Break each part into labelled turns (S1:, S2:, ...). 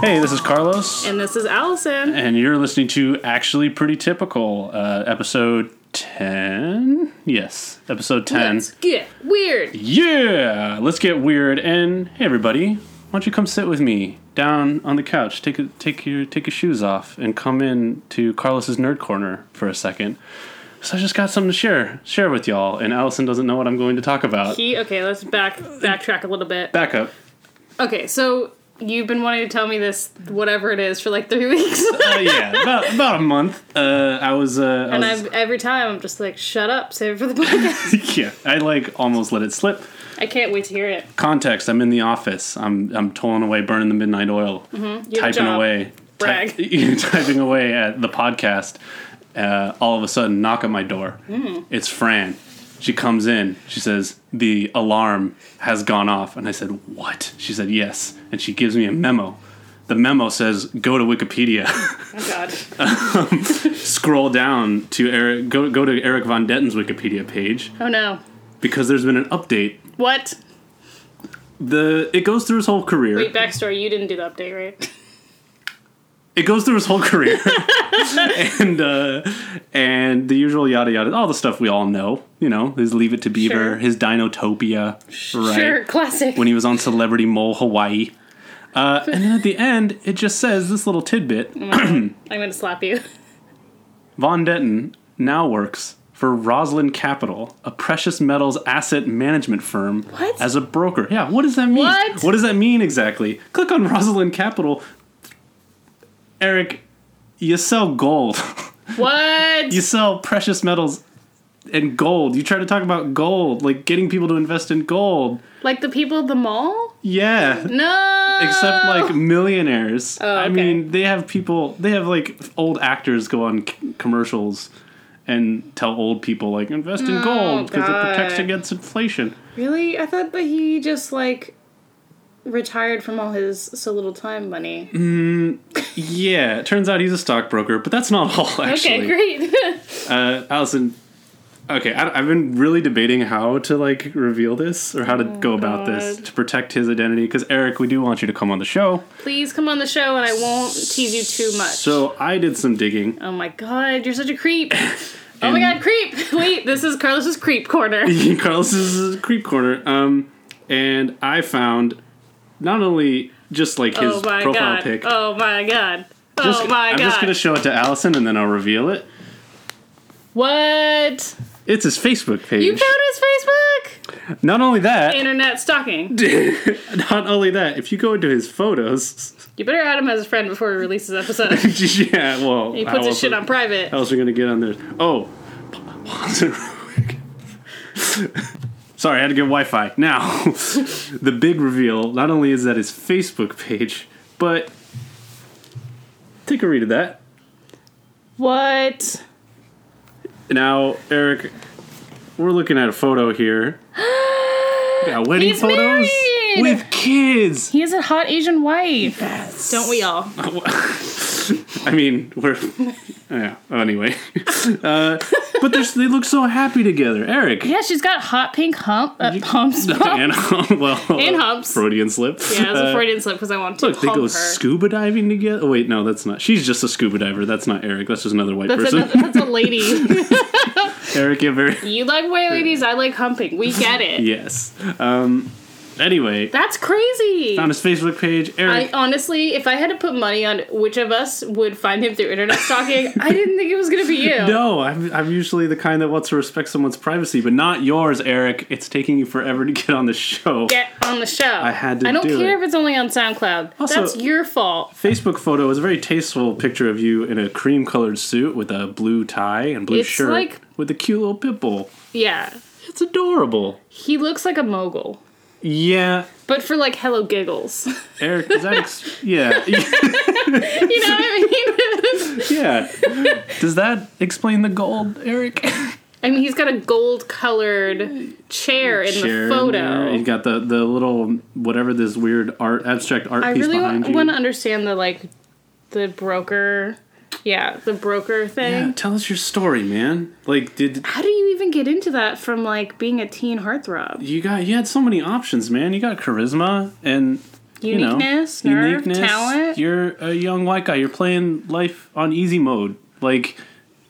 S1: Hey, this is Carlos,
S2: And this is Allison.
S1: and you're listening to Actually Pretty Typical, uh, episode 10? Yes, episode 10.
S2: Let's get weird.
S1: Yeah, let's get weird. And hey, everybody, why don't you come sit with me down on the couch? Take a, take your take your shoes off and come in to Carlos's nerd corner for a second. So I just got something to share share with y'all, and Allison doesn't know what I'm going to talk about.
S2: He, okay, let's back backtrack a little bit.
S1: Back up.
S2: Okay, so you've been wanting to tell me this whatever it is for like three weeks,
S1: Uh, yeah, about, about a month. Uh, I was. Uh, I
S2: and
S1: was
S2: I've, every time I'm just like, shut up, save it for the podcast.
S1: yeah, I like almost let it slip.
S2: I can't wait to hear it.
S1: Context: I'm in the office. I'm I'm tolling away, burning the midnight oil.
S2: Your
S1: typing
S2: Mm-hmm. job.
S1: away,
S2: Brag.
S1: ty- you're typing away at the podcast. Uh, all of a sudden, knock at my door.
S2: Mm.
S1: It's Fran. She comes in. She says the alarm has gone off, and I said, "What?" She said, "Yes," and she gives me a memo. The memo says, "Go to Wikipedia."
S2: Oh God.
S1: Scroll down to Eric. Go go to Eric von Detten's Wikipedia page
S2: Oh no.
S1: because there's been an update.
S2: What?
S1: The it goes through his whole career.
S2: Wait, backstory. You didn't do the update, right?
S1: it goes through his whole career and uh, and the usual yada yada all the stuff we all know you know his leave it to beaver
S2: Sure.
S1: his dinotopia right
S2: Sure. Classic.
S1: when he was on celebrity mole hawaii uh, and then at the end it just says this little tidbit
S2: I'm gonna slap you.
S1: von detten now works for Roslyn Capital, a precious metals asset management firm,
S2: What?
S1: as a broker. Yeah, what does that mean?
S2: What?
S1: does that mean exactly? Click on Roslyn Capital. Eric, you sell gold.
S2: What?
S1: you sell precious metals and gold. You try to talk about gold, like getting people to invest in gold.
S2: Like the people at the mall?
S1: Yeah.
S2: No. Oh,
S1: Except like millionaires. I
S2: okay.
S1: mean, they have people, they have like old actors go on c- commercials and tell old people like invest in gold because it protects
S2: Oh, God.
S1: against inflation.
S2: Really? I thought that he just like retired from all his so little time money.
S1: Yeah, it turns out he's a stockbroker, but that's not all actually.
S2: Okay, great.
S1: Uh, Allison, okay, I, I've been really debating how to like reveal this or how to go about this
S2: Oh, God.
S1: to protect his identity because Eric, we do want you to come on the show.
S2: Please come on the show and I won't tease you too much.
S1: So I did some digging.
S2: oh my god, you're such a creep. oh my god, creep. Wait, this is Carlos's creep corner.
S1: Carlos's creep corner, um, and I found not only just like his
S2: Oh my
S1: profile
S2: god.
S1: pic.
S2: Oh my god.
S1: just-
S2: oh my
S1: I'm
S2: god.
S1: just gonna show it to Allison and then I'll reveal it.
S2: what?
S1: It's his Facebook page.
S2: You found his Facebook?
S1: not only that,
S2: Internet stalking.
S1: not only that. If you go into his photos,
S2: You better add him as a friend before we release this episode.
S1: yeah, well,
S2: He puts his shit on private.
S1: How else are we gonna get on there? Oh, pause it real quick. Sorry, I had to get Wi-Fi. Now, the big reveal. Not only is that his Facebook page, but take a read of that.
S2: What?
S1: Now, Eric, we're looking at a photo here. We got wedding
S2: He's
S1: photos
S2: married!
S1: with kids.
S2: He has a hot Asian wife. Don't we all?
S1: I mean, we're yeah. Anyway, uh, but they're- they look so happy together. Eric,
S2: Yeah, she's got hot pink hump, uh, pumps. yeah,
S1: and well,
S2: And humps.
S1: Freudian slip.
S2: it was a
S1: Uh,
S2: Freudian slip because I want to
S1: Look, they
S2: hump
S1: go
S2: her.
S1: scuba diving together. Oh, wait, no, that's not. She's just a scuba diver. That's not Eric. That's just another white
S2: that's,
S1: person.
S2: another, that's a lady.
S1: Eric, you're very
S2: you like white ladies, I like humping. We get it.
S1: yes. Um. Anyway,
S2: That's crazy.
S1: on his Facebook page,
S2: I oh,
S1: Eric.
S2: honestly, if I had to put money on which of us would find him through internet stalking, I didn't think it was gonna be you.
S1: no, I'm, I'm usually the kind that wants to respect someone's privacy, but not yours, Eric. It's taking you forever to get on the show.
S2: Get on the show. I
S1: had to
S2: I don't
S1: do
S2: care
S1: it.
S2: if it's only on SoundCloud.
S1: Also-
S2: that's your fault.
S1: Facebook photo is a very tasteful picture of you in a cream colored suit with a blue tie and blue
S2: It's
S1: shirt
S2: like-
S1: with a cute little pit bull.
S2: Yeah,
S1: It's adorable.
S2: he looks like a mogul,
S1: Yeah,
S2: but for like hello giggles.
S1: Eric, does that ex- yeah,
S2: you know what I mean?
S1: yeah. Does that explain the gold, Eric?
S2: I mean, he's got a gold colored chair in the photo.
S1: You got the the little whatever this weird art abstract art
S2: I
S1: piece
S2: really
S1: behind you.
S2: want to understand the like the broker, yeah, the broker thing.
S1: Yeah, tell us your story, man. Like, did
S2: How do you even get into that from like being a teen heartthrob?
S1: you got you had so many options, man? You got charisma and you know,
S2: Uniqueness, nerve, talent.
S1: You're a young white guy. You're playing life on easy mode. Like,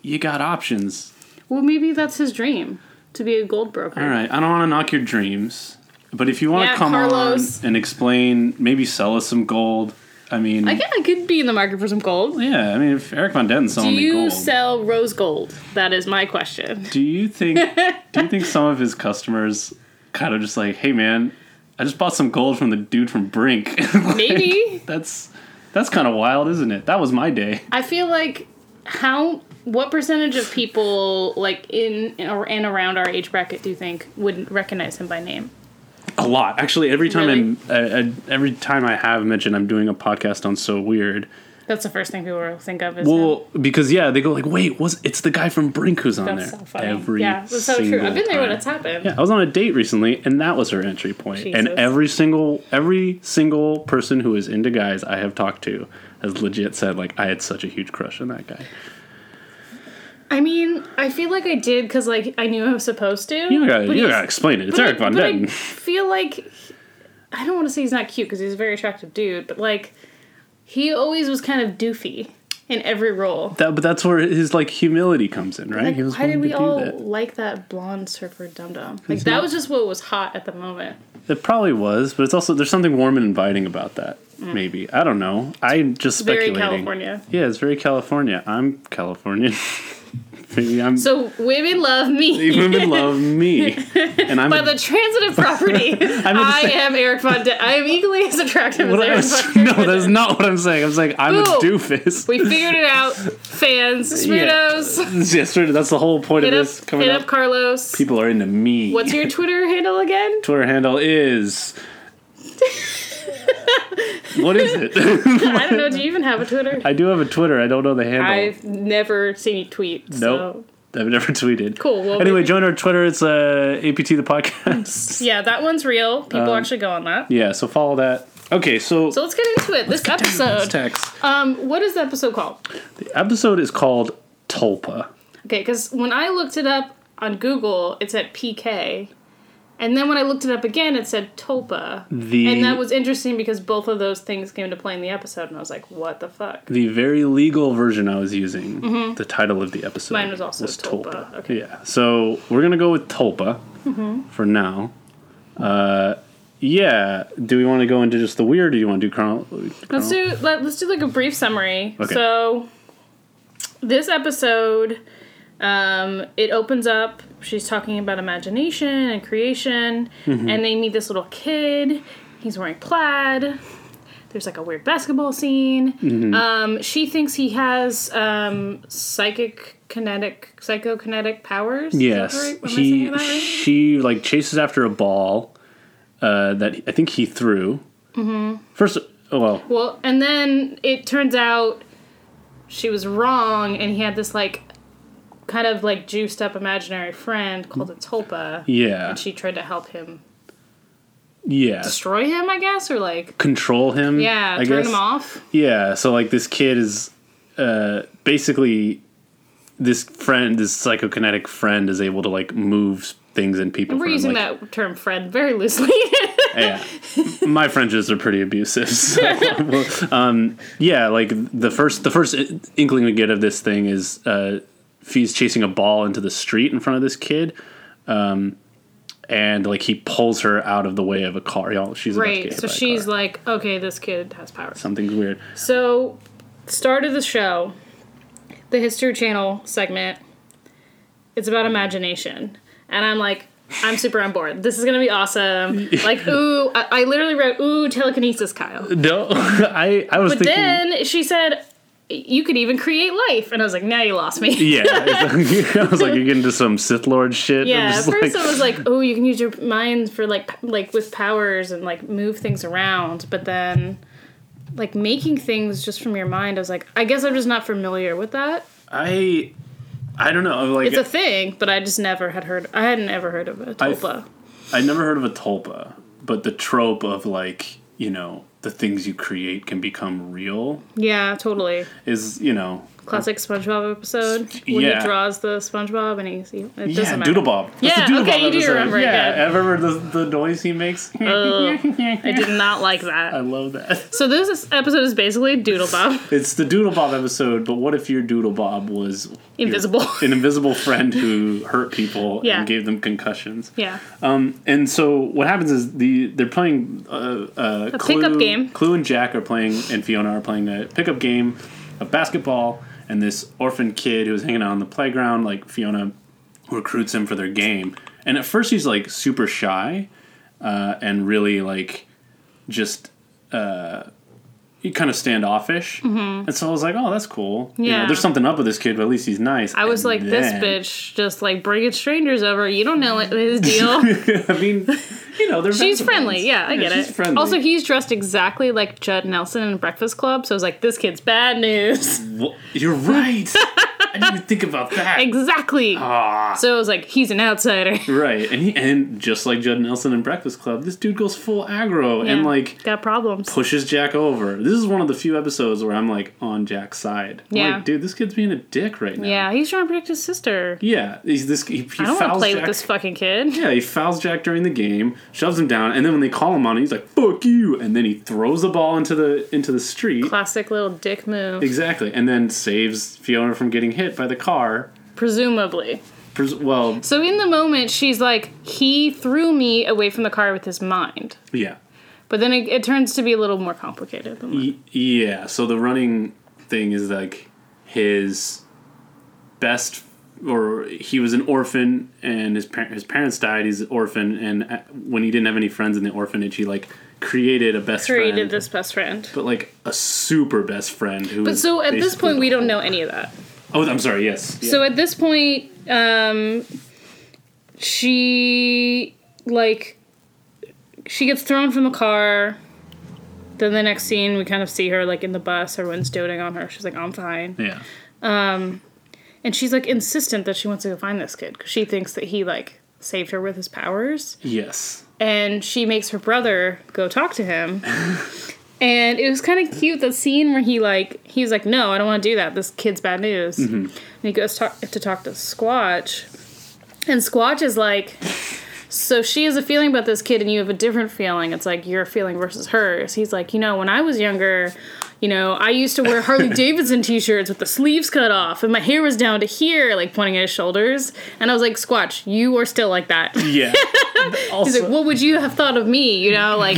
S1: you got options.
S2: Well, maybe that's his dream to be a gold broker.
S1: All right, I don't want to knock your dreams, but if you want
S2: Yeah,
S1: to come
S2: Carlos.
S1: on and explain, maybe sell us some gold. I mean,
S2: I guess I could be in the market for some gold.
S1: yeah, I mean, if Eric Von Denton's
S2: Do
S1: selling me
S2: you
S1: gold,
S2: sell rose gold? That is my question.
S1: do you think do you think some of his customers kind of just like, hey man, I just bought some gold from the dude from Brink. Like,
S2: Maybe.
S1: that's that's kind of wild, isn't it? That was my day.
S2: I feel like how what percentage of people like in or and around our age bracket do you think would recognize him by name?
S1: A lot, actually. Every time I'm, I, I, every time I have mentioned I'm doing a podcast on So Weird.
S2: That's the first thing people will think of. Is him.
S1: Well, because yeah, they go like, wait, was it's the guy from Brink who's on
S2: that's
S1: there
S2: so funny.
S1: every
S2: yeah, that's so true. I've been there when
S1: time.
S2: it's happened.
S1: Yeah, I was on a date recently, and that was her entry point. And
S2: Jesus.
S1: every single every single person who is into guys I have talked to has legit said like I had such a huge crush on that guy.
S2: I mean, I feel like I did because like I knew I was supposed to.
S1: You gotta,
S2: but
S1: you
S2: he's-
S1: gotta explain it. It's
S2: but
S1: Eric
S2: I-
S1: Von
S2: but I
S1: Detten.
S2: feel like I don't want to say he's not cute because he's a very attractive dude, but like he always was kind of doofy in every role.
S1: That, but that's where his like humility comes in, right?
S2: Like,
S1: he was
S2: why
S1: willing
S2: did we
S1: to
S2: all
S1: do that.
S2: like that blonde surfer dum dum? Like
S1: He's
S2: that
S1: not-
S2: was just what was hot at the moment.
S1: It probably was, but it's also there's something warm and inviting about that. Maybe I don't know. I'm just
S2: Mm. Very
S1: speculating.
S2: California.
S1: Yeah, it's very California. I'm Californian. Maybe I'm.
S2: So women love me.
S1: women love me, and I'm.
S2: By the transitive property,
S1: meant to
S2: I
S1: say-
S2: am Eric Von De- I am equally as attractive
S1: what I
S2: as
S1: was-
S2: Eric Von
S1: no,
S2: Detten.
S1: that's not what I'm saying. I was like, I'm a
S2: Boo.
S1: doofus.
S2: We figured it out. Fans, Smirnos,
S1: yeah, straight- that's the whole point
S2: hit
S1: of
S2: up,
S1: this coming
S2: hit
S1: up.
S2: up Carlos.
S1: People are into me.
S2: What's your Twitter handle again?
S1: Twitter handle is? what is it?
S2: I don't know. Do you even have a Twitter?
S1: I do have a Twitter. I don't know the handle.
S2: I've never seen you tweet.
S1: nope. I've never tweeted.
S2: Cool, well,
S1: anyway,
S2: maybe-
S1: join our Twitter. It's uh, APT the podcast.
S2: So yeah, that one's real. People actually go on that.
S1: Um, yeah, so follow that. Okay, so,
S2: So let's get into it. This
S1: this
S2: episode.
S1: text.
S2: Um, what is the episode called?
S1: The episode is called Tulpa.
S2: Okay, because when I looked it up on Google, it said PK. And then when I looked it up again, it said Tulpa.
S1: The
S2: and that was interesting because both of those things came into play in the episode, and I was like, what the fuck?
S1: the very legal version I was using, the title of the episode
S2: Mm-hmm. Mine was also Tulpa. Okay. Mm-hmm.
S1: Yeah, so we're gonna go with Tulpa for now. Uh, yeah, do we want to go into just the weird? Or do you want to do chrono?
S2: Let's do let, let's do like a brief summary.
S1: Oh. Okay.
S2: So this episode um, it opens up she's talking about imagination and creation
S1: Mm-hmm.
S2: and they meet this little kid. He's wearing plaid. There's like a weird basketball scene.
S1: Mm-hmm.
S2: Um, she thinks he has um, psychic kinetic psychokinetic powers. Is that
S1: yes,
S2: right? Am I saying
S1: he
S2: that right?
S1: she like chases after a ball uh, that I think he threw.
S2: Mm-hmm.
S1: First, oh, well,
S2: Well, and then it turns out she was wrong, and he had this like kind of like juiced up imaginary friend called a
S1: Mm.
S2: Tulpa.
S1: yeah,
S2: She tried to help him
S1: yeah,
S2: destroy him, I guess, or like
S1: control him.
S2: yeah,
S1: I
S2: turn
S1: guess.
S2: him off.
S1: Yeah, so like this kid is uh, basically this friend, this psychokinetic friend, is able to like move things and people.
S2: We're
S1: for him,
S2: using
S1: like-
S2: that term friend very loosely.
S1: Yeah, my Frenches are pretty abusive. So, well, um, yeah, like the first, the first inkling we get of this thing is uh, Fee's chasing a ball into the street in front of this kid. Um, and like he pulls her out of the way of a car. Y'all, she's about to
S2: right.
S1: get hit
S2: So
S1: by a
S2: she's
S1: car.
S2: like, okay, this kid has powers.
S1: something's weird.
S2: So, start of the show, the History Channel segment. It's about imagination, and I'm like, I'm super on board. This is gonna be awesome. Like, ooh, I, I literally wrote, ooh, telekinesis, Kyle.
S1: No, I I was
S2: But
S1: thinking.
S2: then she said, you could even create life, and I was like, now you lost me.
S1: Yeah, I was like, you're getting into some Sith Lord shit. I'm
S2: Yeah, at
S1: just
S2: first
S1: like-
S2: I was like, "Oh, you can use your mind for like, p- like with powers and like move things around," but then, like making things just from your mind, I was like, "I guess I'm just not familiar with that."
S1: I, I don't know. Like,
S2: It's a thing, but I just never had heard. I hadn't ever heard of a
S1: I've-
S2: tulpa.
S1: I never heard of a tulpa, but the trope of like, you know, the things you create can become real
S2: yeah, totally.
S1: is, you know,
S2: Classic SpongeBob episode when
S1: yeah.
S2: he draws the SpongeBob and he's he, it
S1: Yeah,
S2: doesn't matter.
S1: Doodle Bob. That's
S2: Yeah,
S1: the Doodle
S2: okay,
S1: Bob
S2: you do
S1: episode.
S2: remember it,
S1: Yeah,
S2: good.
S1: I remember the, the noise he makes.
S2: I did not like that.
S1: I love that.
S2: so this episode is basically Doodle Bob,
S1: It's the Doodle Bob episode, but what if your Doodle Bob was
S2: invisible.
S1: an invisible friend who hurt people
S2: Yeah.
S1: and gave them concussions?
S2: yeah,
S1: Um, and so what happens is the they're playing uh, uh, a Clue,
S2: pickup game.
S1: Clue and Jack are playing, and Fiona are playing a pickup game of basketball. And this orphan kid who's hanging out on the playground, like Fiona, recruits him for their game. And at first he's like super shy, uh, and really like just uh, he kind of standoffish. And so I was like, oh, that's cool. You know,
S2: Mm-hmm. Yeah.
S1: there's something up with this kid, but at least he's nice.
S2: I was
S1: And
S2: like, this
S1: then-
S2: bitch just like bringing strangers over. You don't know what his deal.
S1: I mean, you know, they're
S2: She's
S1: vegetables.
S2: friendly, yeah, I get
S1: she's
S2: it.
S1: Friendly.
S2: Also, he's dressed exactly like Judd Nelson in Breakfast Club, so it's like this kid's bad news.
S1: Wha- You're right. I didn't even think about that.
S2: exactly.
S1: Ah,
S2: So it was like he's an outsider.
S1: right. And he, and just like Judd Nelson in Breakfast Club, this dude goes full aggro and
S2: Yeah,
S1: like
S2: got problems.
S1: pushes Jack over. This is one of the few episodes where I'm like on Jack's side. I'm
S2: Yeah.
S1: like, dude, this kid's being a dick right now.
S2: Yeah, he's trying to protect his sister.
S1: Yeah. He's this. He, he
S2: I don't want to
S1: fouls
S2: play
S1: Jack.
S2: with this fucking kid.
S1: yeah, he fouls Jack during the game, shoves him down, and then when they call him on it, he's like, "Fuck you!" And then he throws the ball into the into the street.
S2: Classic little dick move.
S1: Exactly, and then saves Fiona from getting hit by the car.
S2: Presumably.
S1: Pres- well,
S2: So in the moment, she's like, he threw me away from the car with his mind.
S1: yeah,
S2: But then it, it turns to be a little more complicated than that.
S1: Y- yeah. So the running thing is like his best, or he was an orphan, and his par- his parents died. He's an orphan, and uh, when he didn't have any friends in the orphanage, he like created a best
S2: Created
S1: friend,
S2: this best friend.
S1: but like a super best friend who.
S2: But so at this point, we don't know any of that.
S1: Oh, I'm sorry. Yes. Yeah.
S2: So at this point, um, she like she gets thrown from the car. Then the next scene, we kind of see her like in the bus. Everyone's doting on her. She's like, "I'm fine,"
S1: yeah.
S2: and she's like insistent that she wants to go find this kid because she thinks that he like saved her with his powers.
S1: Yes.
S2: And she makes her brother go talk to him. and it was kind of cute the scene where he like he's like, "No, I don't want to do that. This kid's bad news." And he goes talk, to talk to Squatch, and Squatch is like, "So she has a feeling about this kid, and you have a different feeling. It's like your feeling versus hers." He's like, "You know, when I was younger." You know, I used to wear Harley Davidson t shirts with the sleeves cut off and my hair was down to here, like pointing at his shoulders. And I was like, Squatch, you are still like that.
S1: Yeah. also,
S2: He's like, what would you have thought of me? You know, like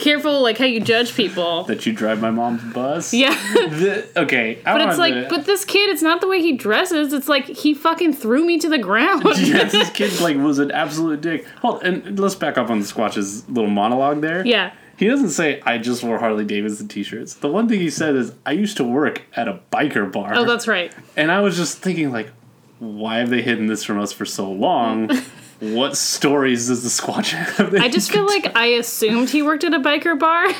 S2: careful, like how you judge people.
S1: that you drive my mom's bus.
S2: Yeah,
S1: The- okay. I
S2: but
S1: don't
S2: it's
S1: have
S2: like,
S1: to-
S2: but this kid, it's not the way he dresses. It's like he fucking threw me to the ground.
S1: yes, this kid like was an absolute dick. Hold and let's back up on the Squatch's little monologue there.
S2: Yeah.
S1: He doesn't say I just wore Harley Davidson t-shirts. The one thing he said is I used to work at a biker bar.
S2: Oh, that's right.
S1: and I was just thinking like why have they hidden this from us for so long? what stories does the Squatch have? that
S2: I
S1: he
S2: just feel like I assumed he worked at a biker bar up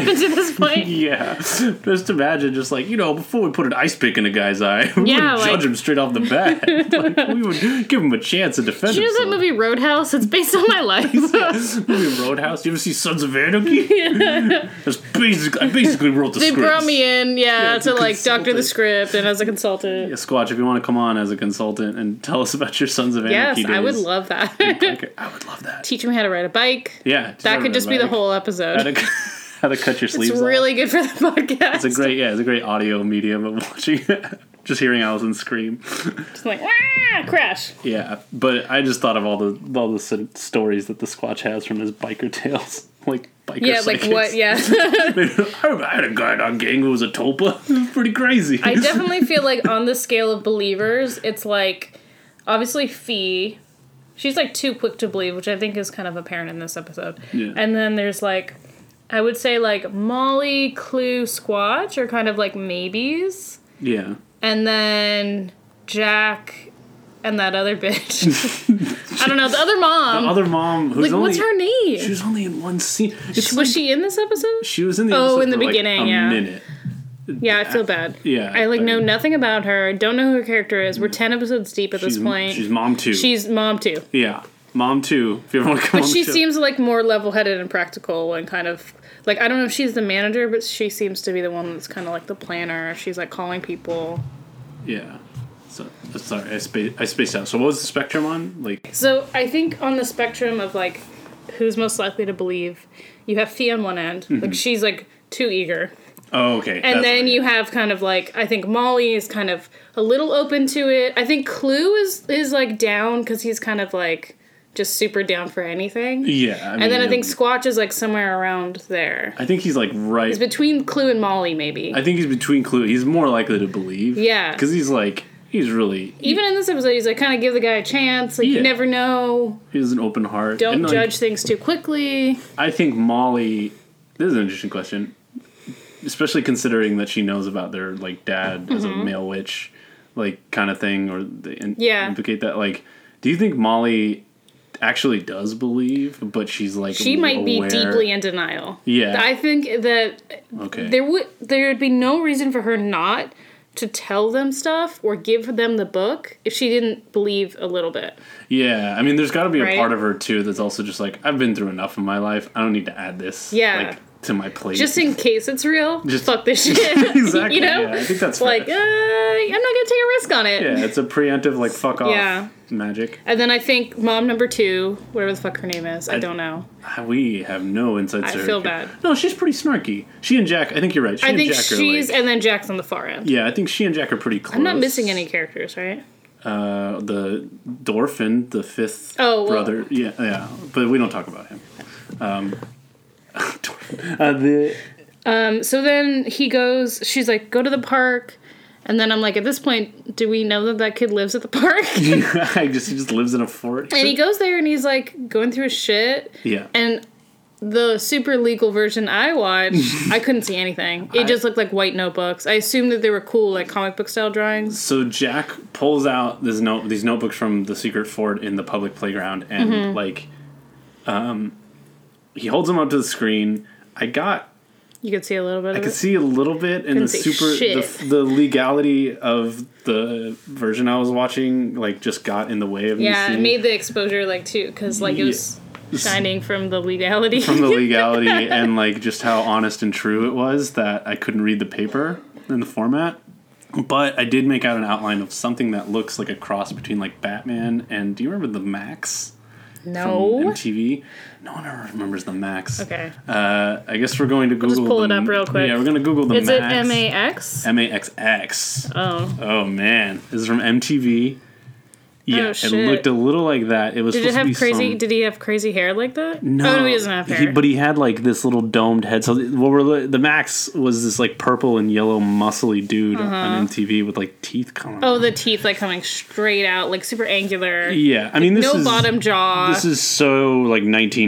S2: until this point.
S1: Yeah, just imagine, just like you know, before we put an ice pick in a guy's eye, we
S2: Yeah,
S1: would
S2: like-
S1: judge him straight off the bat. like, we would give him a chance to defend
S2: You know that
S1: himself.
S2: movie Roadhouse? It's based on my life.
S1: movie Roadhouse. You ever see Sons of Anarchy? That's basically I basically wrote the
S2: they
S1: script.
S2: brought me in, yeah,
S1: as a
S2: to like doctor the
S1: consultant.
S2: script and as a consultant.
S1: Yeah, Squatch, if you want to come on as a consultant and tell us about your Sons of
S2: Yes,
S1: Anarchy days,
S2: I would love that.
S1: Like, I would love that.
S2: Teach me how to ride a bike.
S1: Yeah,
S2: That could just be the whole episode.
S1: How to, how to cut your sleeves.
S2: It's
S1: off.
S2: really good for the podcast.
S1: It's a great, yeah, it's a great audio medium of watching, just hearing Allison scream.
S2: Just like, "Wah!" crash.
S1: Yeah, but I just thought of all the all the s- stories that the Squatch has from his biker tales, like biker.
S2: Yeah, like what? Yeah.
S1: I had a guy in our gang who was a tulpa. It was pretty crazy.
S2: I definitely feel like on the scale of believers, it's like obviously Fee. She's like too quick to believe, which I think is kind of apparent in this episode.
S1: Yeah.
S2: And then there's like, I would say like Molly, Clue, Squatch are kind of like maybes.
S1: yeah.
S2: And then Jack and that other bitch. I don't know, the other mom.
S1: Other mom, who's
S2: like,
S1: only
S2: what's her name?
S1: she was only in one scene. It's
S2: was
S1: like-
S2: she in this episode?
S1: she was in the
S2: Oh,
S1: episode
S2: in the
S1: for, like,
S2: beginning,
S1: a
S2: yeah.
S1: minute.
S2: Yeah, I feel bad.
S1: Yeah,
S2: I like
S1: I-
S2: know nothing about her. Don't know who her character is. We're ten episodes deep at
S1: She's,
S2: this point.
S1: she's mom too.
S2: She's mom too.
S1: yeah, Mom too. If you ever want to come
S2: But
S1: on
S2: she
S1: the show.
S2: seems like more level headed and practical and kind of like I don't know if she's the manager, but she seems to be the one that's kind of like the planner. She's like calling people.
S1: yeah. So uh, sorry, I, spa- I spaced out. So what was the spectrum on? Like
S2: So I think on the spectrum of like who's most likely to believe, you have Fee on one end,
S1: Mm-hmm.
S2: like she's like too eager,
S1: oh okay.
S2: and then you have kind of like I think Molly is kind of a little open to it. I think Clue is is like down because he's kind of like just super down for anything.
S1: yeah.
S2: And then I
S1: mean,
S2: think Squatch is like somewhere around there.
S1: I think he's like right.
S2: It's between Clue and Molly, maybe.
S1: I think he's between clue. He's more likely to believe.
S2: Yeah.
S1: Because he's like he's really
S2: Even in this episode, he's like kind of give the guy a chance. Like
S1: Yeah.
S2: you never know.
S1: he has an open heart.
S2: Don't
S1: And, like,
S2: judge things too quickly.
S1: I think Molly. This is an interesting question, especially considering that she knows about their like dad as
S2: Mm-hmm.
S1: a male witch, like kind of thing, or they in-
S2: Yeah.
S1: implicate that. Like, do you think Molly actually does believe, but she's like
S2: She might be
S1: aware-
S2: deeply in denial.
S1: Yeah.
S2: I think that
S1: okay?
S2: there would there would be no reason for her not to tell them stuff or give them the book if she didn't believe a little bit.
S1: yeah, I mean, there's got to be a
S2: Right?
S1: part of her too that's also just like I've been through enough in my life. I don't need to add this.
S2: Yeah.
S1: Like, to my plate.
S2: Just in case it's real,
S1: Just-
S2: fuck this shit.
S1: exactly.
S2: you know?
S1: Yeah, I think that's
S2: like, uh,
S1: fair.
S2: I'm not gonna take a risk on it.
S1: yeah, it's a preemptive like fuck off
S2: Yeah.
S1: magic.
S2: And then I think mom number two, whatever the fuck her name is, I, don't know.
S1: Ah, We have no insight.
S2: I
S1: to her
S2: feel
S1: character.
S2: bad.
S1: No, she's pretty snarky. She and Jack. I think you're right. She
S2: I
S1: and
S2: think
S1: Jack are
S2: she's
S1: like,
S2: and then Jack's on the far end.
S1: yeah. I think she and Jack are pretty close.
S2: I'm not missing any characters, right?
S1: Uh, the Dorfin, the fifth
S2: Oh, well-
S1: brother. Yeah, yeah. But we don't talk about him. Um, Dorfin. uh, the
S2: Um, so then he goes. She's like, "Go to the park," and then I'm like, "At this point, do we know that that kid lives at the park?"
S1: I just he just lives in a fort.
S2: and he goes there and he's like going through his shit.
S1: yeah.
S2: And the super legal version I watched, I couldn't see anything. It
S1: I-
S2: just looked like white notebooks. I assumed that they were cool, like comic book style drawings.
S1: so Jack pulls out this note, these notebooks from the secret fort in the public playground, and
S2: Mm-hmm.
S1: like, um, he holds them up to the screen. I got
S2: You could see a little bit
S1: I
S2: of
S1: could
S2: it.
S1: see a little bit in the
S2: say
S1: super the,
S2: shit.
S1: the legality of the version I was watching like just got in the way of
S2: Yeah,
S1: me
S2: it
S1: seeing
S2: made the exposure like too, because like it was shining from the legality.
S1: from the legality and like just how honest and true it was that I couldn't read the paper in the format. But I did make out an outline of something that looks like a cross between like Batman and do you remember the Max from
S2: no.
S1: MTV? No one ever remembers the Max.
S2: Okay.
S1: Uh, I guess we're going to Google.
S2: pull it
S1: the-
S2: up real quick.
S1: Yeah, we're going to Google the
S2: Is it
S1: Max.
S2: M A X?
S1: M A X X.
S2: Oh.
S1: Oh man, this is from MTV. Yeah,
S2: Oh, shit.
S1: it looked a little like that. It was.
S2: Did it
S1: supposed to
S2: have
S1: be
S2: crazy?
S1: some-
S2: Did he have crazy hair like that?
S1: no,
S2: Oh, no, he doesn't have hair.
S1: He, but he had like this little domed head. So th- what we're li- the Max was this like purple and yellow muscly dude on MTV with like teeth coming.
S2: Uh-huh. oh,
S1: out.
S2: the teeth like coming straight out, like super angular.
S1: yeah. I mean, this
S2: no
S1: is
S2: bottom jaw.
S1: This is so like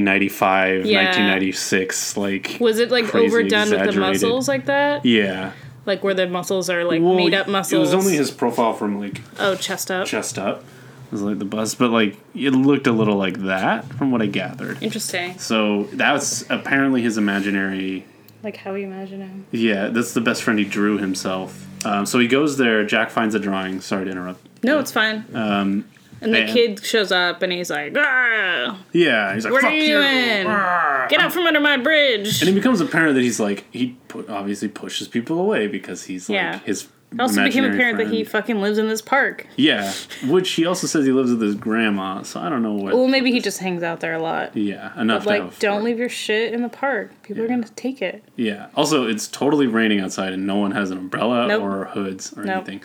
S1: 1995,
S2: Yeah.
S1: 1996. Like,
S2: was it like
S1: crazy
S2: overdone with the
S1: exaggerated.
S2: muscles like that?
S1: yeah.
S2: Like where the muscles are like
S1: Well,
S2: made up muscles.
S1: It was only his profile from like
S2: oh chest up.
S1: chest up. It was like the bust, but like it looked a little like that from what I gathered.
S2: Interesting.
S1: So that's apparently his imaginary.
S2: Like how we imagine him.
S1: Yeah, that's the best friend he drew himself. Um, so he goes there. Jack finds a drawing. Sorry to interrupt.
S2: No, it's fine. Um, and the
S1: and-
S2: kid shows up and he's like, "Ah,
S1: Yeah, he's like,
S2: "What
S1: "Fuck
S2: are you
S1: you!"
S2: doing?
S1: Arr.
S2: Get out from under my bridge."
S1: And it becomes apparent that he's like he pu- obviously pushes people away because he's like
S2: Yeah.
S1: his.
S2: It also became
S1: imaginary
S2: apparent that he
S1: friend.
S2: fucking lives in this park.
S1: yeah, which he also says he lives with his grandma. So I don't know what.
S2: Well, maybe he just hangs out there a lot.
S1: yeah, enough. to have
S2: Like,
S1: a
S2: don't leave your shit in the park. People are gonna take it.
S1: Yeah. Also, it's totally raining outside, and no one has an umbrella
S2: Nope.
S1: or hoods or
S2: Nope.
S1: anything.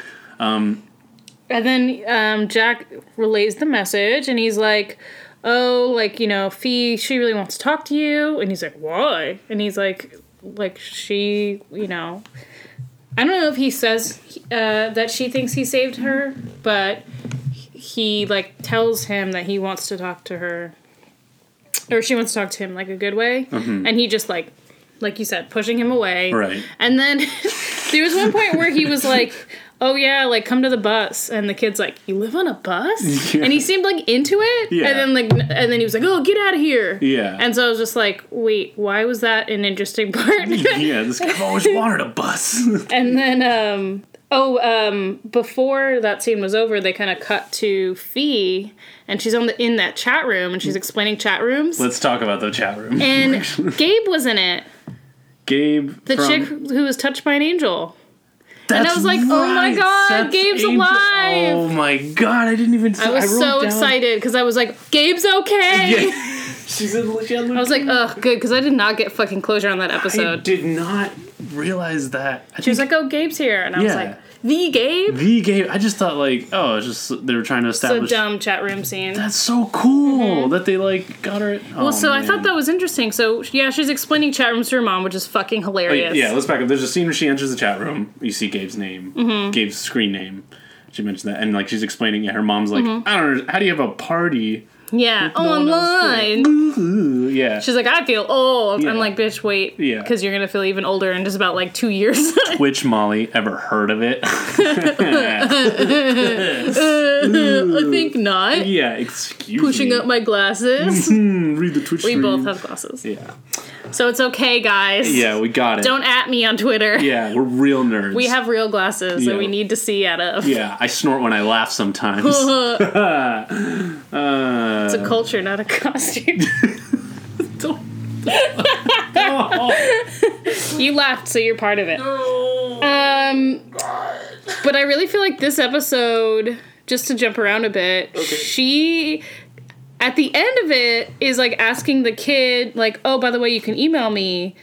S2: And then um, Jack relays the message, and he's like, "Oh, like you know, Fee, she really wants to talk to you." And he's like, "Why?" And he's like, "Like she, you know, I don't know if he says uh, that she thinks he saved her, but he like tells him that he wants to talk to her, or she wants to talk to him like a good way, and he just like." Like you said, pushing him away.
S1: Right.
S2: And then there was one point where he was like, "Oh yeah, like come to the bus," and the kid's like, "You live on a bus?"
S1: Yeah.
S2: And he seemed like into it.
S1: Yeah.
S2: And then like, n- and then he was like, "Oh, get out of here."
S1: Yeah.
S2: And so I was just like, "Wait, why was that an interesting part?"
S1: yeah, this guy always wanted a bus.
S2: and then, um, Oh, um, before that scene was over, they kind of cut to Fee, and she's on the in that chat room, and she's explaining chat rooms.
S1: Let's talk about the chat room.
S2: and Gabe was in it,
S1: Gabe,
S2: the
S1: from-
S2: chick who was touched by an angel.
S1: That's
S2: I was like, oh my
S1: right,
S2: God, Gabe's alive.
S1: Oh my god, I didn't even.
S2: I was
S1: wrote
S2: so
S1: down-
S2: excited because I was like, Gabe's okay.
S1: Yeah. She's in. She
S2: I was like, ugh, good, because I did not get fucking closure on that
S1: I
S2: episode.
S1: did not realize that. I
S2: She was
S1: think
S2: like, oh, Gabe's here. And I was
S1: Yeah.
S2: like, the Gabe?
S1: the Gabe. I just thought like, oh, it's just they were trying to
S2: So
S1: establish.
S2: dumb chat room scene.
S1: That's so cool that they like got her. Oh,
S2: Well, so I thought that was interesting. So yeah, she's explaining chat rooms to her mom, which is fucking hilarious.
S1: Oh, Yeah, let's back up. There's a scene where she enters the chat room. You see Gabe's name,
S2: Mm-hmm.
S1: Gabe's screen name. She mentioned that, and like she's explaining it. Her mom's like,
S2: Mm-hmm.
S1: I don't know, how do you have a party?
S2: Yeah,
S1: one else
S2: online.
S1: Ooh, yeah.
S2: She's like, I feel old.
S1: Yeah.
S2: I'm like, bitch, wait,
S1: Yeah.
S2: because you're gonna feel even older in just about like two years.
S1: Which Molly ever heard of it?
S2: I think not.
S1: yeah, excuse
S2: Pushing
S1: me.
S2: up my glasses.
S1: Mm, read the Twitch
S2: we
S1: stream.
S2: both have glasses,
S1: Yeah.
S2: so it's okay, guys.
S1: Yeah, we got it.
S2: Don't at me on Twitter.
S1: Yeah, we're real nerds.
S2: We have real glasses
S1: Yeah.
S2: that we need to see out of.
S1: Yeah, I snort when I laugh sometimes. Uh,
S2: It's a culture, not a costume.
S1: Oh.
S2: you laughed, so you're part of it. Um, but I really feel like this episode, just to jump around a bit, she at the end of it is like asking the kid, like, "Oh, by the way, you can email me."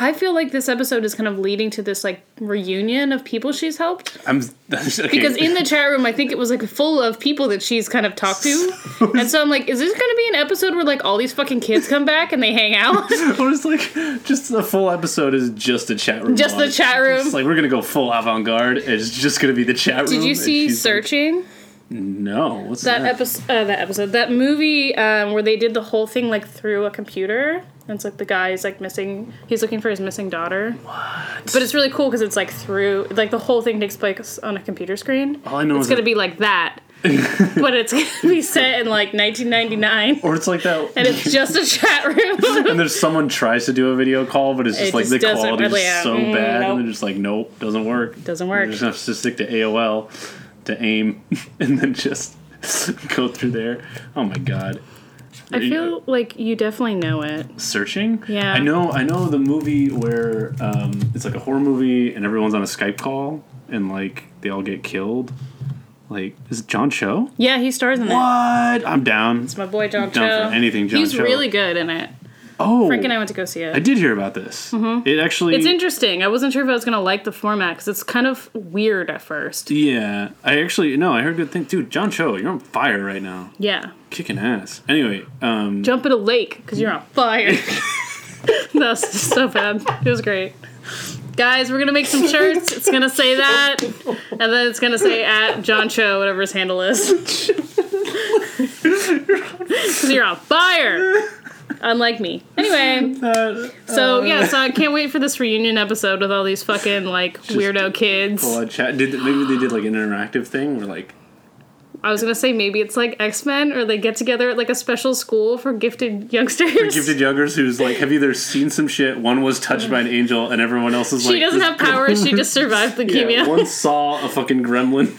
S2: I feel like this episode is kind of leading to this like reunion of people she's helped
S1: I'm okay.
S2: because in the chat room, I think it was like full of people that she's kind of talked to, and so I'm like, is this going to be an episode where like all these fucking kids come back and they hang out?
S1: Or it's like just the full episode is just a chat room.
S2: Just the
S1: launch.
S2: chat room.
S1: It's like we're gonna go full avant garde. It's just gonna be the chat room.
S2: Did you
S1: and
S2: see
S1: she's like,
S2: searching?
S1: no. What's that?
S2: that episode uh, that episode that movie um, where they did the whole thing like through a computer and it's like the guy's like missing he's looking for his missing daughter what? but it's really cool because it's like through like the whole thing takes place on a computer screen
S1: All I know
S2: it's
S1: is
S2: gonna
S1: that-
S2: be like that but it's gonna be set in like 1999
S1: or it's like that.
S2: and it's just a chat room
S1: and there's someone tries to do a video call, but it's just
S2: It
S1: like
S2: just
S1: the
S2: doesn't
S1: quality
S2: really,
S1: is
S2: uh,
S1: so
S2: mm,
S1: bad,
S2: nope.
S1: and they're just like, nope, doesn't work.
S2: Doesn't
S1: We're
S2: work.
S1: just gonna have to stick to AOL to aim, and then just go through there. Oh my god.
S2: i feel like you definitely know it
S1: searching.
S2: Yeah.
S1: I know. I know the movie where um, it's like a horror movie and everyone's on a Skype call and like they all get killed. Like is it John Cho?
S2: yeah he stars in
S1: What?
S2: it
S1: I'm down.
S2: my boy john
S1: Down
S2: cho
S1: for anything John
S2: he's
S1: Cho.
S2: really good in it
S1: Oh,
S2: frank and i went to go see it
S1: I did hear about this. It actually.
S2: Mm-hmm. It's interesting. I wasn't sure if I was gonna like the format because it's kind of weird at first.
S1: yeah, I actually no. I heard good things, dude. John Cho, you're on fire right now,
S2: Yeah,
S1: kicking ass. Anyway, um,
S2: jump in a lake because you're on fire. That's so bad. It was great. Guys, we're gonna make some shirts. It's gonna say that, and then it's gonna say at John Cho, whatever his handle is. Because you're on fire. Unlike me. Anyway,
S1: that
S2: so yeah, so I can't wait for this reunion episode with all these fucking like weirdo kids.
S1: blood chat. Did maybe they did like an interactive thing where like
S2: I was gonna say maybe it's like X Men, or they get together at like a special school for gifted youngsters.
S1: gifted youngers who's like have either seen some shit? One was touched by an angel, and everyone else is like
S2: she doesn't
S1: this
S2: have powers. She just survived leukemia.
S1: Yeah, one saw a fucking gremlin,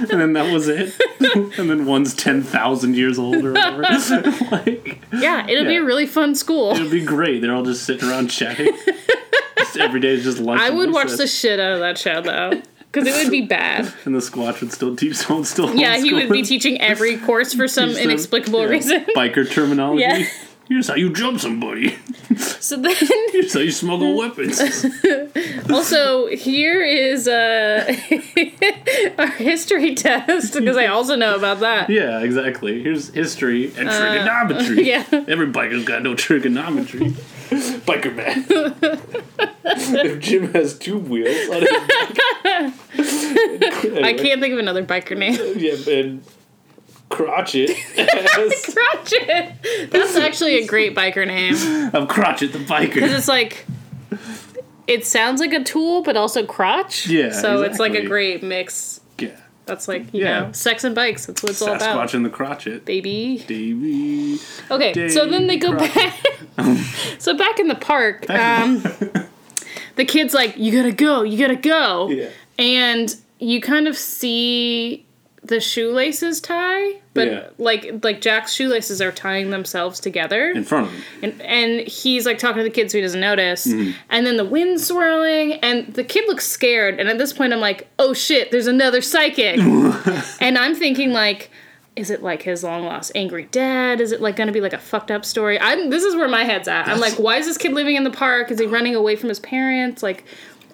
S1: and then that was it. and then one's ten thousand years old or whatever. like,
S2: Yeah, it'll be
S1: Yeah.
S2: a really fun school.
S1: it'd be great. They're all just sitting around chatting. just every day is just lunch.
S2: I
S1: and
S2: would watch
S1: recess.
S2: the shit out of that show though, because it would be bad.
S1: and the squatch would still teach someone still.
S2: Yeah, he would be
S1: homeschooling.
S2: teaching every course for some
S1: Teach them,
S2: inexplicable
S1: yeah,
S2: reason.
S1: Biker terminology.
S2: Yeah.
S1: Here's how you jump somebody.
S2: So then,
S1: Here's how you smuggle
S2: Mm.
S1: weapons.
S2: also here is uh, our history test because I also know about that.
S1: Yeah, exactly. Here's history and trigonometry.
S2: Uh, yeah.
S1: Every biker's got no trigonometry. Biker man. if Jim has two wheels on his bike.
S2: I can't think of another biker name.
S1: Yeah, and Crotchet. has-
S2: Ratchet. That's actually a great biker name.
S1: I'm Crotchet the biker.
S2: it's like it sounds like a tool but also crotch
S1: Yeah,
S2: so it's like a
S1: exactly.
S2: great mix
S1: Yeah.
S2: that's like you
S1: Yeah.
S2: know sex and bikes that's what it's all
S1: Sasquatch
S2: about
S1: and the Crotchet.
S2: baby
S1: Davy.
S2: okay so then they go
S1: Crotch.
S2: back so back in the park um the kid's like you gotta go you gotta go
S1: Yeah.
S2: and you kind of see the shoelaces tie, but
S1: Yeah.
S2: like like Jack's shoelaces are tying themselves together.
S1: in front of him.
S2: and and he's like talking to the kid so he doesn't notice and then the wind swirling and the kid looks scared and at this point i'm like oh shit there's another psychic and i'm thinking like is it like his long lost angry dad is it like gonna be like a fucked up story i'm this is where my head's at i'm like why is this kid living in the park is he running away from his parents like